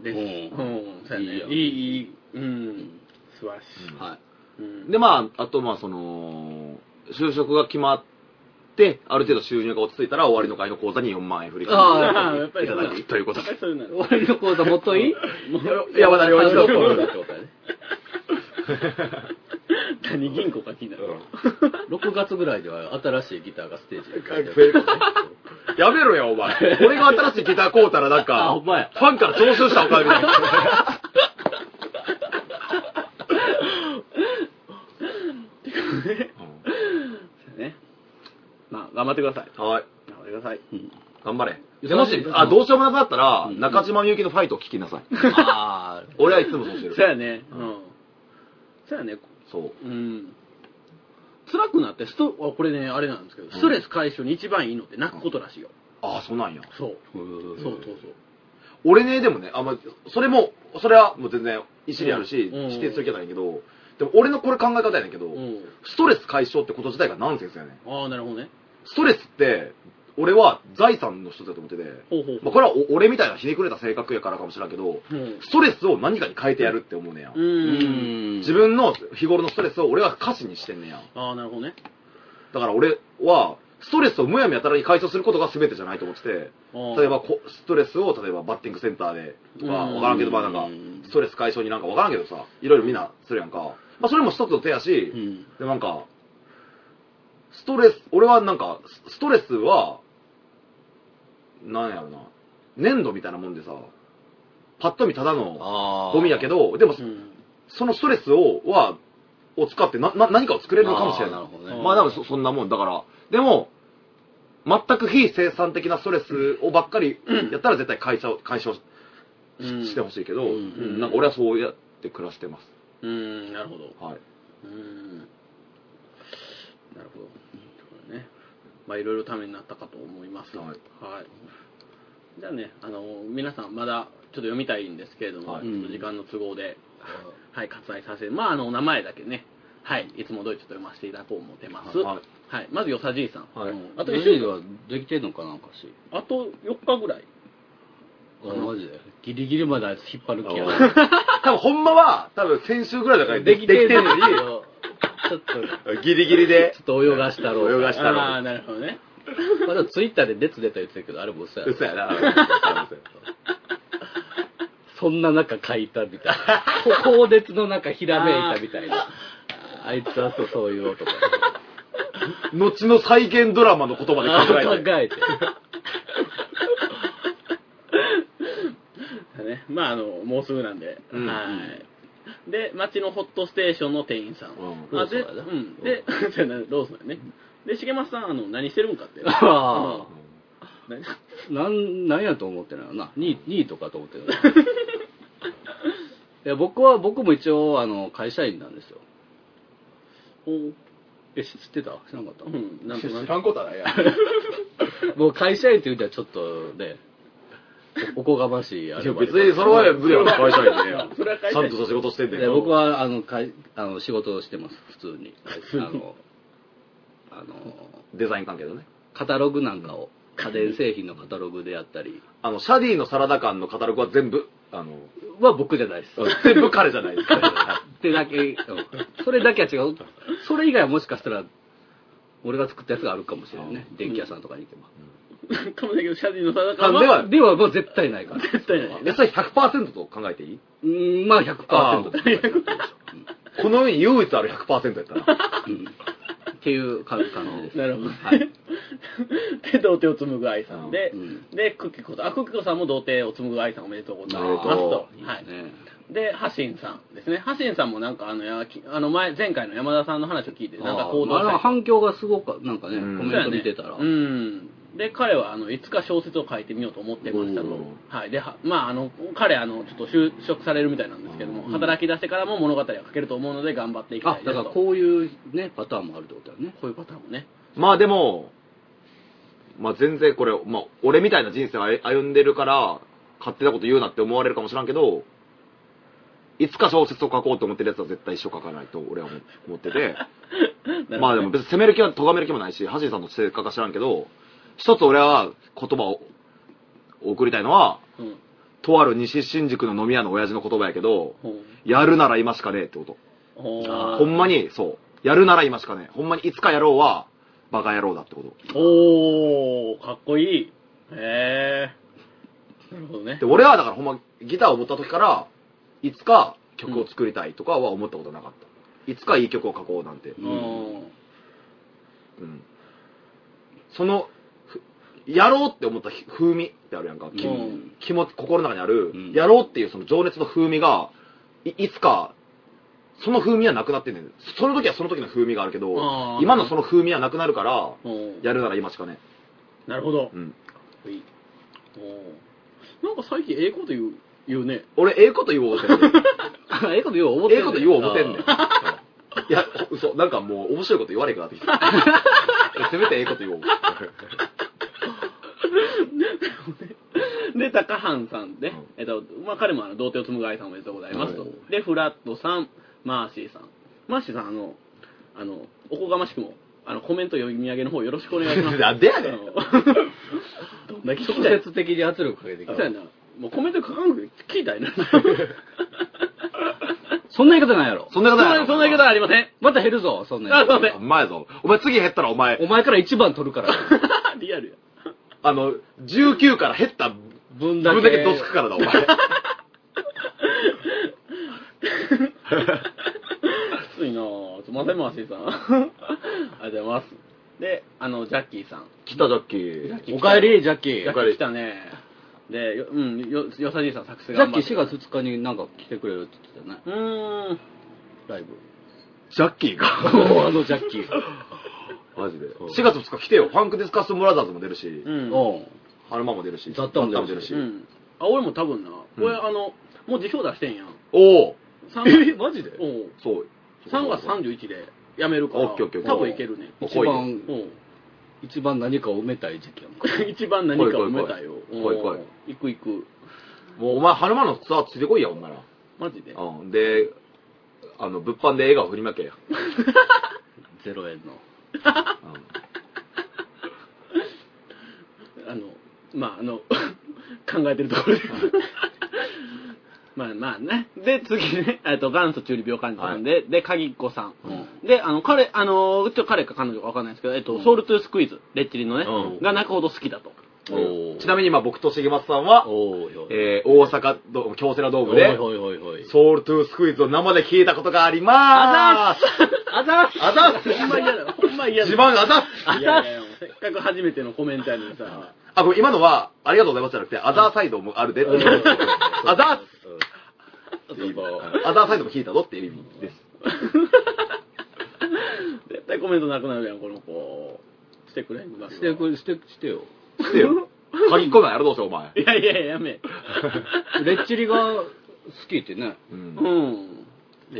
Speaker 3: でです。
Speaker 2: う
Speaker 3: うんん、そうやね
Speaker 2: いい。よ
Speaker 3: いい、いい。うん。素晴らし
Speaker 2: はい。 (laughs)
Speaker 3: い。うん。
Speaker 1: で、まあ、あと、まあ、その、就職が決まって、ある程度収入が落ち着いたら、終わりの会の口座に4万円振り込んで
Speaker 2: あ
Speaker 3: あ、やっぱり
Speaker 1: いただくということ
Speaker 3: やっぱりそういうのある
Speaker 2: 終わりの講座もっ
Speaker 1: (laughs)
Speaker 2: といい
Speaker 1: 山田良一
Speaker 2: (laughs)
Speaker 1: 郎
Speaker 2: 山田良一郎講座ってことやね。
Speaker 3: (laughs) 何銀行か気になる。
Speaker 2: (laughs) 6月ぐらいでは新しいギターがステージに書いてあ
Speaker 1: か (laughs)
Speaker 2: る。
Speaker 1: やめろよ、お前。俺が新しいギター買うたら、なん
Speaker 2: あ、
Speaker 1: か
Speaker 2: ほん、まや。
Speaker 1: ファンから徴収したお金だよ。
Speaker 3: ね。まあ、頑張ってください。
Speaker 1: うんはい。
Speaker 3: 頑張ってください。
Speaker 1: 頑張れ。
Speaker 2: うん
Speaker 1: でもし、あ、どうしようもなくなったら、
Speaker 2: うん
Speaker 1: 中島みゆきのファイトを聞きな
Speaker 3: (laughs)
Speaker 1: さい。
Speaker 2: あー
Speaker 1: 俺はいつもそうして
Speaker 3: そう
Speaker 1: る。
Speaker 3: やね。うん。そうやね。
Speaker 1: そう。
Speaker 3: うん。辛くなって、スト、あこれね、あれなんですけど、ストレス解消に一番いいのって泣くことらしいよ。
Speaker 1: ああ、そうなんや。
Speaker 3: そう。そうそう
Speaker 1: 俺ね、でもね、あんま、それも、それはもう全然、意思であるし、
Speaker 3: うん
Speaker 1: 否定する気はないけど、でも俺のこれ考え方やねんけど、
Speaker 3: そう。うん。
Speaker 1: ストレス解消ってこと自体がナンセンスやねん。
Speaker 3: ああ、なるほどね。
Speaker 1: ストレスって、俺は財産の一つだと思ってて、
Speaker 3: ほうほう
Speaker 1: まあ、これはお俺みたいなひねくれた性格やからかもしれんけど、
Speaker 3: うん
Speaker 1: ストレスを何かに変えてやるって思うねや
Speaker 3: う。ん。
Speaker 2: ん
Speaker 1: 自分の日頃のストレスを俺は歌詞にしてんねや。
Speaker 3: ああ、なるほどね。
Speaker 1: だから俺は、ストレスをむやみやたらに解消することが全てじゃないと思ってて、
Speaker 3: あー
Speaker 1: 例えばこストレスを、例えばバッティングセンターでとか、
Speaker 3: うん
Speaker 1: わからんけど、まあなんか
Speaker 2: うん、
Speaker 1: ストレス解消になんかわからんけどさ、いろいろみんなするやんか。まあそれも一つの手やし、
Speaker 2: うん
Speaker 1: でもなんか、ストレス、俺はなんか、スストレスは、なんやろな、粘土みたいなもんでさ、パッと見ただの
Speaker 2: あー
Speaker 1: ゴミやけど、でも
Speaker 3: うん。
Speaker 1: そのストレスを、は、を使ってな、な、何かを作れるのかもしれ
Speaker 2: あ
Speaker 1: ない。
Speaker 2: ーるほどね。
Speaker 1: まあでもそそんなもんだから。でも、全く非生産的なストレスをばっかりやったら絶対解消、解消し
Speaker 3: うん
Speaker 1: してほしいけど、
Speaker 2: う
Speaker 1: うんんなんか俺はそうやって暮らしてます。
Speaker 3: うん、なるほど。
Speaker 1: はい。
Speaker 3: うん。なるほど。そうだね。まあ、いろいろためになったかと思います。
Speaker 1: はい
Speaker 3: はいじゃあね、あの、皆さん、まだ、ちょっと読みたいんですけれども、
Speaker 1: はい
Speaker 3: ちょっと時間の都合で、はい、割愛させて、まあ、あの、お名前だけね、はい、いつも通りちょっと読ませていただこう思ってます。
Speaker 1: はい
Speaker 3: はいまず、よさじいさん。
Speaker 1: はい
Speaker 3: うん
Speaker 2: あ
Speaker 3: あ
Speaker 2: と
Speaker 3: と
Speaker 2: 1
Speaker 3: 1
Speaker 2: 週
Speaker 3: 週
Speaker 2: 間
Speaker 3: 間、
Speaker 2: はできてんのかな、おかしい。
Speaker 3: あと4日ぐらい。
Speaker 2: あ、マジで。ギリギリまであいつ引っ張る気や
Speaker 1: あ多分ほんまは、多分先週ぐらいだからできできてるのに、
Speaker 2: ちょっと、 (laughs) ち
Speaker 1: ギリギリで
Speaker 2: ょっ、と泳がしたろう。
Speaker 1: 泳がした
Speaker 3: ああー、
Speaker 1: ら、
Speaker 3: なるほどね。
Speaker 2: まだツイッターで列出た言ってたけど、あれも嘘やろ
Speaker 1: 嘘やな。
Speaker 2: そんな中書いたみたいな。こ高熱の中ひらめいたみたい (laughs) な。あいつはそうそういう男や。
Speaker 1: 後の再現ドラマの言葉で
Speaker 2: あ
Speaker 1: 考
Speaker 2: ー
Speaker 1: えて。
Speaker 2: 考えて。
Speaker 3: ね、まああのもうすぐなんで、
Speaker 1: うん
Speaker 3: はい。で町のホットステーションの店員さん、
Speaker 1: うん
Speaker 3: あで、
Speaker 2: ローソンやな
Speaker 3: うん、で、 (laughs) そうやなローソンやね。で重松さんあの何してるんかって、
Speaker 2: あ
Speaker 3: 何
Speaker 2: あ。なん、なんやと思ってるのな。2位とかと思 (laughs) ってるのいや、僕は、僕も一応、あの、会社員なんですよ。
Speaker 3: お
Speaker 2: え、知知ってた知らなかった。
Speaker 3: うん、なんとな
Speaker 1: 知
Speaker 3: く。
Speaker 1: らんことはないや。
Speaker 2: もう会社員って言うたらちょっとね、おおこがましいあ
Speaker 1: い
Speaker 2: れ
Speaker 1: や
Speaker 2: もあ
Speaker 1: 別
Speaker 2: る
Speaker 1: にそれは無理やろ、会社員で
Speaker 3: それは会
Speaker 1: ち
Speaker 3: 社
Speaker 1: ゃ
Speaker 3: 員
Speaker 1: んとした仕事してんねん
Speaker 2: いや僕、はあのかいあの仕事をしてます、普通に。あの、あの、
Speaker 1: デザイン関係だね。
Speaker 2: カタログなんかを、家電製品のカタログであったり、
Speaker 1: あの、シャディのサラダ缶のカタログは全部、あの、
Speaker 2: は僕じゃないです。
Speaker 1: 全部彼じゃないですか。
Speaker 2: ってだけ、うんそれだけは違う。それ以外はもしかしたら、俺が作ったやつがあるかもしれないね。電気屋さんとかに行けば。
Speaker 3: なんかもだけど、シャディの定か
Speaker 1: あでは
Speaker 2: ではもう絶対ないから。
Speaker 3: 絶対ない。
Speaker 1: 野菜100%と考えていい
Speaker 2: うん、まあ
Speaker 1: あ
Speaker 2: 100%。
Speaker 1: この世に唯一ある100%やったら。
Speaker 2: うんっていう感じです。
Speaker 3: なるほど。
Speaker 2: はい。
Speaker 3: (laughs) で、童貞を紡ぐ愛さんで
Speaker 2: う、ん。
Speaker 3: で、クッキコさん、あ、クッキコさんも童貞を紡ぐ愛さんおめでとうござい
Speaker 1: おめで
Speaker 3: ま。
Speaker 1: すとう
Speaker 3: と。
Speaker 2: は
Speaker 3: はいい。
Speaker 2: ね。
Speaker 3: で、ハシンさんですね。ハシンさんもなんか、あの、やきあの前、前回の山田さんの話を聞いて、なんか
Speaker 2: あー
Speaker 3: 行動
Speaker 2: まあなんか
Speaker 3: したり
Speaker 2: 反響がすごく、なんかね、
Speaker 1: うん
Speaker 2: コメント見てたら。
Speaker 3: そうやねうん。で、彼は、あの、いつか小説を書いてみようと思ってましたと
Speaker 1: お。
Speaker 3: はい。で、はまあ、あの、彼、あの、ちょっと就職されるみたいなんですけども、
Speaker 2: うん
Speaker 3: 働き出してからも物語は書けると思うので、頑張っていきた
Speaker 2: あ
Speaker 3: い、で
Speaker 2: だ
Speaker 3: す
Speaker 2: から
Speaker 3: と。こ
Speaker 2: こういうね、パターンもあるってことだよね。
Speaker 3: ういうパターンもね。
Speaker 1: まあでも、まあ全然これ、まあ俺みたいな人生を歩歩んでるから、勝手なこと言うなって思われるかもしらんけど、いつか小説を書こうと思ってるやつは絶対一生書かないと俺は思思って
Speaker 2: (laughs)
Speaker 1: て。まあでも別に責める気は、咎める気もないし、ハジンさんの性格か知らんけど、一つ俺は言葉を送りたいのは、
Speaker 3: うん。
Speaker 1: とある西新宿の飲み屋の親父の言葉やけど、
Speaker 3: ほう
Speaker 1: やるなら今しかねえってこと。
Speaker 3: ほう
Speaker 2: あー
Speaker 1: ほんまに、そう。やるなら今しかねえ。ほんまにいつかやろうは、バカ野郎だってこと。
Speaker 3: おー、かっこいい。へえ。なるほどね
Speaker 1: で、。俺はだからほんまギターを持った時から、いつか曲を作りたいとかは思ったことなかった。いつかいい曲を書こうなんて。
Speaker 3: う
Speaker 2: うん
Speaker 3: ん。
Speaker 1: うん。その、ふやろうって思った風味ってあるやんか。気
Speaker 3: う
Speaker 1: 持
Speaker 3: ん
Speaker 1: 気持ち、心の中にある、
Speaker 2: うん
Speaker 1: やろうっていうその情熱の風味が、いいつか、その風味はなくなってんねん。その時はその時の風味があるけど
Speaker 3: あ、ー
Speaker 1: 今のその風味はなくなるから、
Speaker 3: うん
Speaker 1: やるなら今しかね。
Speaker 3: なるほど。
Speaker 1: うん。
Speaker 3: いい。おーなんか最近ええこと言う、言うね。
Speaker 1: 俺、ええこと言おうと思ってる。
Speaker 2: (laughs) ええこと言おう思って
Speaker 1: え
Speaker 2: ん
Speaker 1: え
Speaker 2: ねん
Speaker 1: こと言おう思ってんねん
Speaker 2: あー。
Speaker 1: いや、嘘。なんかもう、面白いこと言われへんくなってき (laughs) た。せめてええこと言おう。
Speaker 3: で、高半さんで、
Speaker 1: うん
Speaker 3: えっと、まあ、彼もあの、童貞を紡ぐ愛さんおめでとうございますと
Speaker 1: う。
Speaker 3: で、フラットさん、マーシーさん。マーシーさん、あの、あの、おこがましくも、あの、コメント読み上げの方よろしくお願いします。
Speaker 1: (laughs) なんでやねん
Speaker 3: あのどんだけ聞きたい
Speaker 2: 直接的に圧力かけてき
Speaker 3: そう
Speaker 2: た
Speaker 3: や。な。もうコメント書かんくて聞いたいな。
Speaker 2: そんな言い方ないやろ。
Speaker 1: そんなことない
Speaker 3: そんな言い方はありません。
Speaker 2: また減るぞ、そんな
Speaker 3: あ、すいませ
Speaker 1: お前やぞ。お前次減ったらお前、
Speaker 2: お前から一番取るから。
Speaker 3: ん。リアルや。
Speaker 1: あの、19から減った
Speaker 2: 分
Speaker 1: 分
Speaker 2: だけ
Speaker 1: だけどつくからだ、お前。
Speaker 3: きついなぁ。すいません、マーシーさん。ありがとうございます。で、あの、ジャッキーさん。
Speaker 1: (laughs) 来たジャッキ
Speaker 3: ー
Speaker 2: おかえり、ジャッキー。
Speaker 3: ジャッキー来たね。で、ようん、よ、よさじいさん作詞
Speaker 2: ジ
Speaker 3: が
Speaker 2: ャッキー4月2日になんか来てくれるって言ってたね、
Speaker 3: うーん。
Speaker 2: ライブ。
Speaker 1: ジャッキーか。
Speaker 2: おーあのジャッキー。
Speaker 1: (laughs) マジで。4月2日来てよ。ファンクディスカッションブラザーズも出るし
Speaker 3: う、ん。
Speaker 2: おう
Speaker 1: ハルマも出るし、
Speaker 2: ザッタも出るし
Speaker 1: し
Speaker 3: う。ん。あ、俺も多分な。
Speaker 1: うん
Speaker 3: 俺、あの、もう辞表出してんやん。
Speaker 1: おお
Speaker 3: 三
Speaker 1: (laughs)
Speaker 2: えマジで
Speaker 3: おう
Speaker 1: そう。
Speaker 3: 3月31日で辞めるから、
Speaker 1: オッケーオッケーオッケ
Speaker 3: 多
Speaker 1: ー
Speaker 3: 分いけるね。
Speaker 2: 一
Speaker 1: 来い
Speaker 2: 番、
Speaker 3: おう (laughs)
Speaker 2: 一番何かを埋めたい時期やもん。
Speaker 3: 一番何かを埋めたよ。
Speaker 1: 来い来い来い
Speaker 3: おう
Speaker 1: 来い
Speaker 3: 行く行く。
Speaker 1: もうお前、ハルマのツアーついてこいや、お前ら。
Speaker 3: マジで。
Speaker 1: うん。で、あの、物販で笑顔振りまけや。
Speaker 2: 0円の。
Speaker 1: うん
Speaker 3: あの、まあ、あの、 (laughs) 考えてるところです。 (laughs) まあまあね。で、次ね、えっと、元祖中二病患者さんで、で、かぎっこさん。で、あの、彼、あの、うちの彼か彼女かわかんないですけど、えっと、ソウルトゥースクイズ、レッチリのね、
Speaker 1: うん
Speaker 3: が泣くほど好きだと。
Speaker 2: おー
Speaker 1: ちなみに今、僕と重松さんは、
Speaker 2: おーいおい。
Speaker 1: えー、大阪ド、京セラドーム
Speaker 2: おい
Speaker 1: で、
Speaker 2: おいおいおい。
Speaker 1: ソウルトゥースクイズを生で聞いたことがありまーす
Speaker 2: あざっす
Speaker 1: あざっす
Speaker 3: ほんま嫌だ、ほんま嫌だ。
Speaker 1: 自慢あざっす
Speaker 3: いやいやいやせっかく初めてのコメントやのにさ、
Speaker 1: あ、ごめん今のは、ありがとうございますじゃなくて、アザーサイドもあるでって。アザ
Speaker 2: そうそう
Speaker 1: ー、アザーサイドも聞いたぞっていう意味です。
Speaker 3: 絶対コメントなくなるやん、この子。してくれへんか
Speaker 2: してくれ、して、してよ。
Speaker 1: してよ。鍵っこないやろ、どうせお前。
Speaker 3: いやいやいや、やめ。
Speaker 2: レッチリが好きってね。
Speaker 1: う。
Speaker 3: うんん。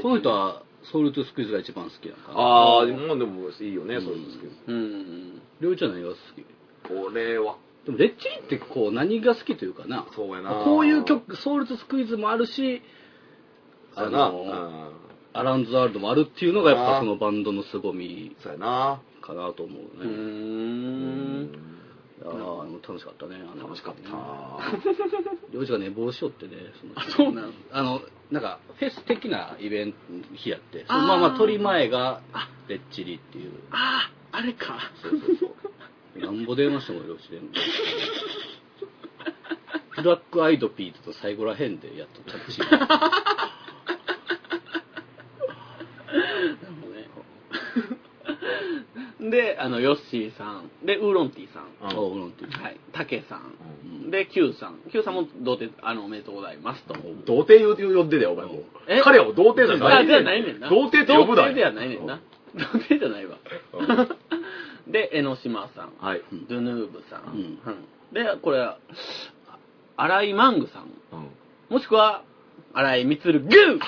Speaker 2: この人は、ソウルトゥスクイズが一番好きやんかな。
Speaker 1: ああ、もうでもいいよね、
Speaker 2: うん
Speaker 1: そういうの好き
Speaker 3: うん。
Speaker 2: りょうちゃん何が好き
Speaker 1: 俺は、
Speaker 2: でも、レッチリってこう、何が好きというかな。
Speaker 1: そうやな。
Speaker 2: こういう曲、ソウルトゥスクイズもあるし、
Speaker 1: そうやな。
Speaker 2: あ
Speaker 1: う
Speaker 2: の
Speaker 1: ん。
Speaker 2: アランズワールドもあるっていうのがやっ
Speaker 1: あ
Speaker 2: ぱ
Speaker 1: ー
Speaker 2: そのバンドの凄み
Speaker 1: そうやな。
Speaker 2: かなと思う
Speaker 3: う
Speaker 2: ね。
Speaker 3: ん。
Speaker 2: いやーあの楽しかったね。あの
Speaker 1: 楽しかっ。
Speaker 2: りょうちゃんが寝坊しよってね。
Speaker 3: あ、
Speaker 2: の
Speaker 3: そうなん
Speaker 2: あの、なんか、フェス的なイベント、日やって。
Speaker 3: あー
Speaker 2: まあまあ、取り前が、レッチリっていう。
Speaker 3: ああ、あれか。
Speaker 2: そうそうそう。なんぼ電話してもよろし (laughs) いでん。ブラックアイドピーと最後らへんでやっと着地。
Speaker 3: で、あの、ヨッシーさん。で、ウーロンティーさん。
Speaker 1: た。
Speaker 2: あ
Speaker 1: うん
Speaker 2: おなんていう
Speaker 3: はい。タケさん。
Speaker 1: うん
Speaker 3: で、Q さん。Q さんも童貞、あの、おめでとうございますと。
Speaker 1: (laughs) 童貞呼んでたよ、お前も
Speaker 3: え。
Speaker 1: 彼は童貞じゃない。
Speaker 3: あ、じゃあないねんな。
Speaker 1: 童貞って呼ぶな
Speaker 3: 童貞ではないねんな。童貞じゃないわ。で、江ノ島さん。
Speaker 1: はい。
Speaker 2: うん
Speaker 3: ドゥヌーブさん。
Speaker 2: うん
Speaker 3: うんで、これ、あ荒井マングさん。
Speaker 1: うん
Speaker 3: もしくは、荒井光
Speaker 1: (laughs)
Speaker 3: グー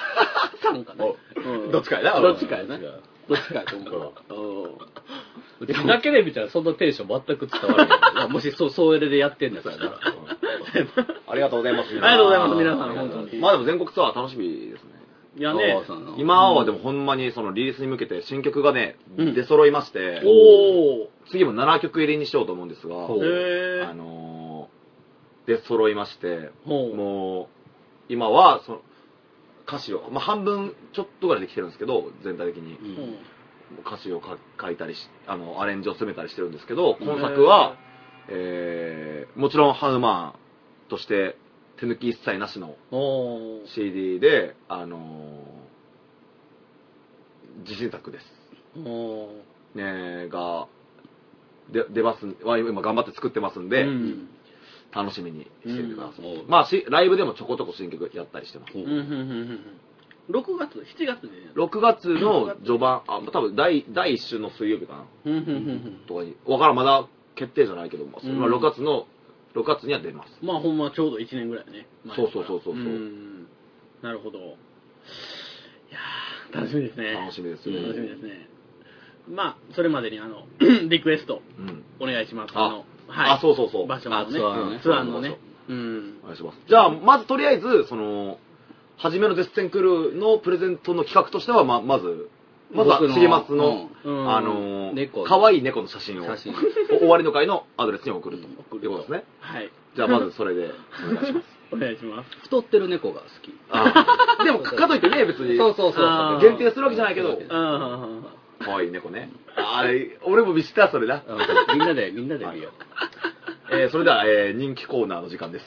Speaker 3: さんかな。うん
Speaker 1: どっちかやな
Speaker 3: どっちかやな。
Speaker 2: どっち
Speaker 3: ど
Speaker 2: か
Speaker 3: っちかやと思う
Speaker 1: (laughs)
Speaker 3: わ。うん
Speaker 2: うちだけで見たらそんなテンション全く伝わらないまあ。もしそう、そうでやってんだから。
Speaker 1: ありがとうございます。あり
Speaker 3: ありがとうございます皆さん本当に
Speaker 1: まあでも全国ツアー楽しみですね。
Speaker 3: いやね
Speaker 2: おばあ、さんの
Speaker 1: 今はでもほんまにそのリリースに向けて新曲がね、
Speaker 3: うん
Speaker 1: 出揃いまして、
Speaker 3: おー。
Speaker 1: 次も7曲入りにしようと思うんですが、
Speaker 2: ほう
Speaker 3: へ
Speaker 1: あ
Speaker 3: ー。
Speaker 1: のー、出揃いまして、
Speaker 3: ほう
Speaker 1: もう、今はその歌詞を、まあ半分ちょっとぐらいできてるんですけど、全体的に。
Speaker 2: うん
Speaker 3: うん
Speaker 1: 歌詞をか書いたりしあのアレンジを詰めたりしてるんですけど今作は、えーもちろんハウマンとして手抜き一切なしの
Speaker 3: おー
Speaker 1: CD で、あのー自信作です、
Speaker 3: おー
Speaker 1: ね、がで出ますは今頑張って作ってますんで、
Speaker 3: うん
Speaker 1: 楽しみにしててください、
Speaker 2: うん
Speaker 1: まあしライブでもちょこちょこ新曲やったりしてます
Speaker 2: ほう
Speaker 3: うんうんうんうん6月、7月でね。
Speaker 1: 6月の序盤あ多分第第1週の水曜日かな
Speaker 3: うんうんうんうん
Speaker 1: とかにわからんまだ決定じゃないけども、
Speaker 3: うん
Speaker 1: まあ、6月の6月には出ます
Speaker 3: まあほんまちょうど1年ぐらいね。前
Speaker 1: そうそうそうそうそうん
Speaker 3: なるほど。いやー楽しみですね。
Speaker 1: 楽しみですよ
Speaker 3: 楽しみ
Speaker 1: ね、
Speaker 3: ですね。まあ、それまでにあの、 (clears throat) リクエスト
Speaker 1: うん
Speaker 3: お願いします。
Speaker 1: あ
Speaker 3: の、
Speaker 1: あそうそうそう
Speaker 3: 場所のね。
Speaker 2: あツアーのね
Speaker 3: ツアーのね。う
Speaker 1: お
Speaker 3: ん。
Speaker 1: 願いしますじゃあまずとりあえずその初めの「デッセンクルー」のプレゼントの企画としてはままずまずは
Speaker 2: 僕の
Speaker 1: 重松の、
Speaker 3: うん
Speaker 1: あの
Speaker 2: 猫
Speaker 1: ー、可愛い猫の写真を
Speaker 2: 写真
Speaker 1: お終わりの会のアドレスに送ると、
Speaker 2: うん
Speaker 3: 送る
Speaker 1: いうことですね
Speaker 3: はい。
Speaker 1: じゃあまずそれでお願いします
Speaker 3: お願いします。
Speaker 2: 太ってる猫が好き。
Speaker 1: あーでもかかといってね別に
Speaker 2: そうそうそう
Speaker 3: あー
Speaker 1: 限定するわけじゃないけど
Speaker 3: うんうん
Speaker 1: 可愛い猫ねあー俺も見知ったそれな
Speaker 2: うんみんなで、みんなで見よ
Speaker 1: えーそれでは、 (laughs) えー人気コーナーの時間です。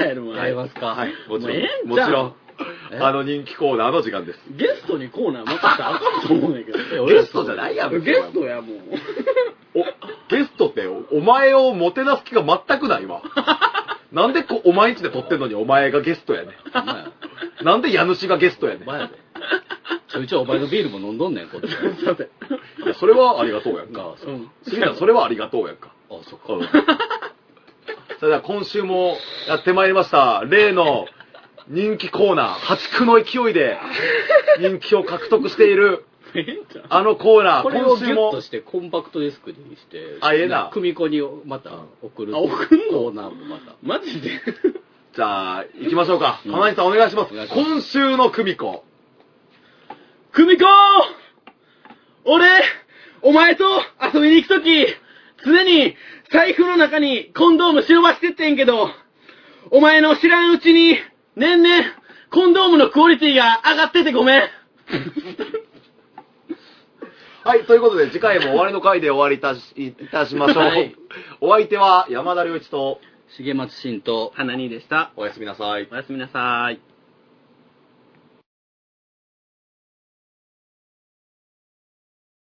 Speaker 3: うん。やるも
Speaker 2: う。
Speaker 3: ん
Speaker 2: やりますか。
Speaker 1: はい、もちろ
Speaker 3: もう
Speaker 1: ん。
Speaker 3: ええん
Speaker 1: も
Speaker 3: ち
Speaker 1: ち
Speaker 3: ゃう
Speaker 1: ろん
Speaker 2: え。
Speaker 1: あの人気コーナーの時間です。
Speaker 3: ゲストにコーナー任せたらあかんと思うんだけど。
Speaker 1: ゲストじゃないやん。
Speaker 3: ゲストやもん。
Speaker 1: おゲストってお、お前をもてなす気が全くないわ。なんでこうお前んちで撮ってんのにお前がゲストやね
Speaker 2: お前や
Speaker 1: ん。なんで家主がゲストやね
Speaker 2: お
Speaker 1: ん。
Speaker 2: 前やで。ちょいちょいお前のビールも飲んどんねん、こっちは。
Speaker 3: すいません。
Speaker 1: いやそれはありがとうやん
Speaker 2: あ
Speaker 1: か。
Speaker 2: そう
Speaker 1: 杉田、それはありがとうやんか。
Speaker 2: あ、そっか。
Speaker 1: うんそれでは今週もやってまいりました。例の人気コーナー、破竹の勢いで人気を獲得している
Speaker 3: (laughs) ええんちゃう
Speaker 1: あのコーナー、
Speaker 2: これ
Speaker 1: 今
Speaker 2: をギュ
Speaker 1: 週
Speaker 2: ッ
Speaker 1: も
Speaker 2: としてコンパクトディスクにして、
Speaker 1: あええな
Speaker 2: 組子にまた送る。
Speaker 3: あ送んの
Speaker 2: コーナーもまた。
Speaker 3: マジで
Speaker 1: じゃあ、行きましょうか。浜井さん、お願いします。
Speaker 2: お願いします
Speaker 1: 今週の組子。
Speaker 3: 久美子俺、お前と遊びに行くとき、常に財布の中にコンドーム忍ばしてってんけど、お前の知らんうちに、年々、コンドームのクオリティが上がっててごめん。
Speaker 1: はい、ということで、次回も終わりの回で終わりいたし、いたしましょう。
Speaker 3: はい
Speaker 1: お相手は山田良一と、
Speaker 2: 重松慎と、
Speaker 3: 花にでした。
Speaker 1: おやすみなさい。
Speaker 3: おやすみなさーい。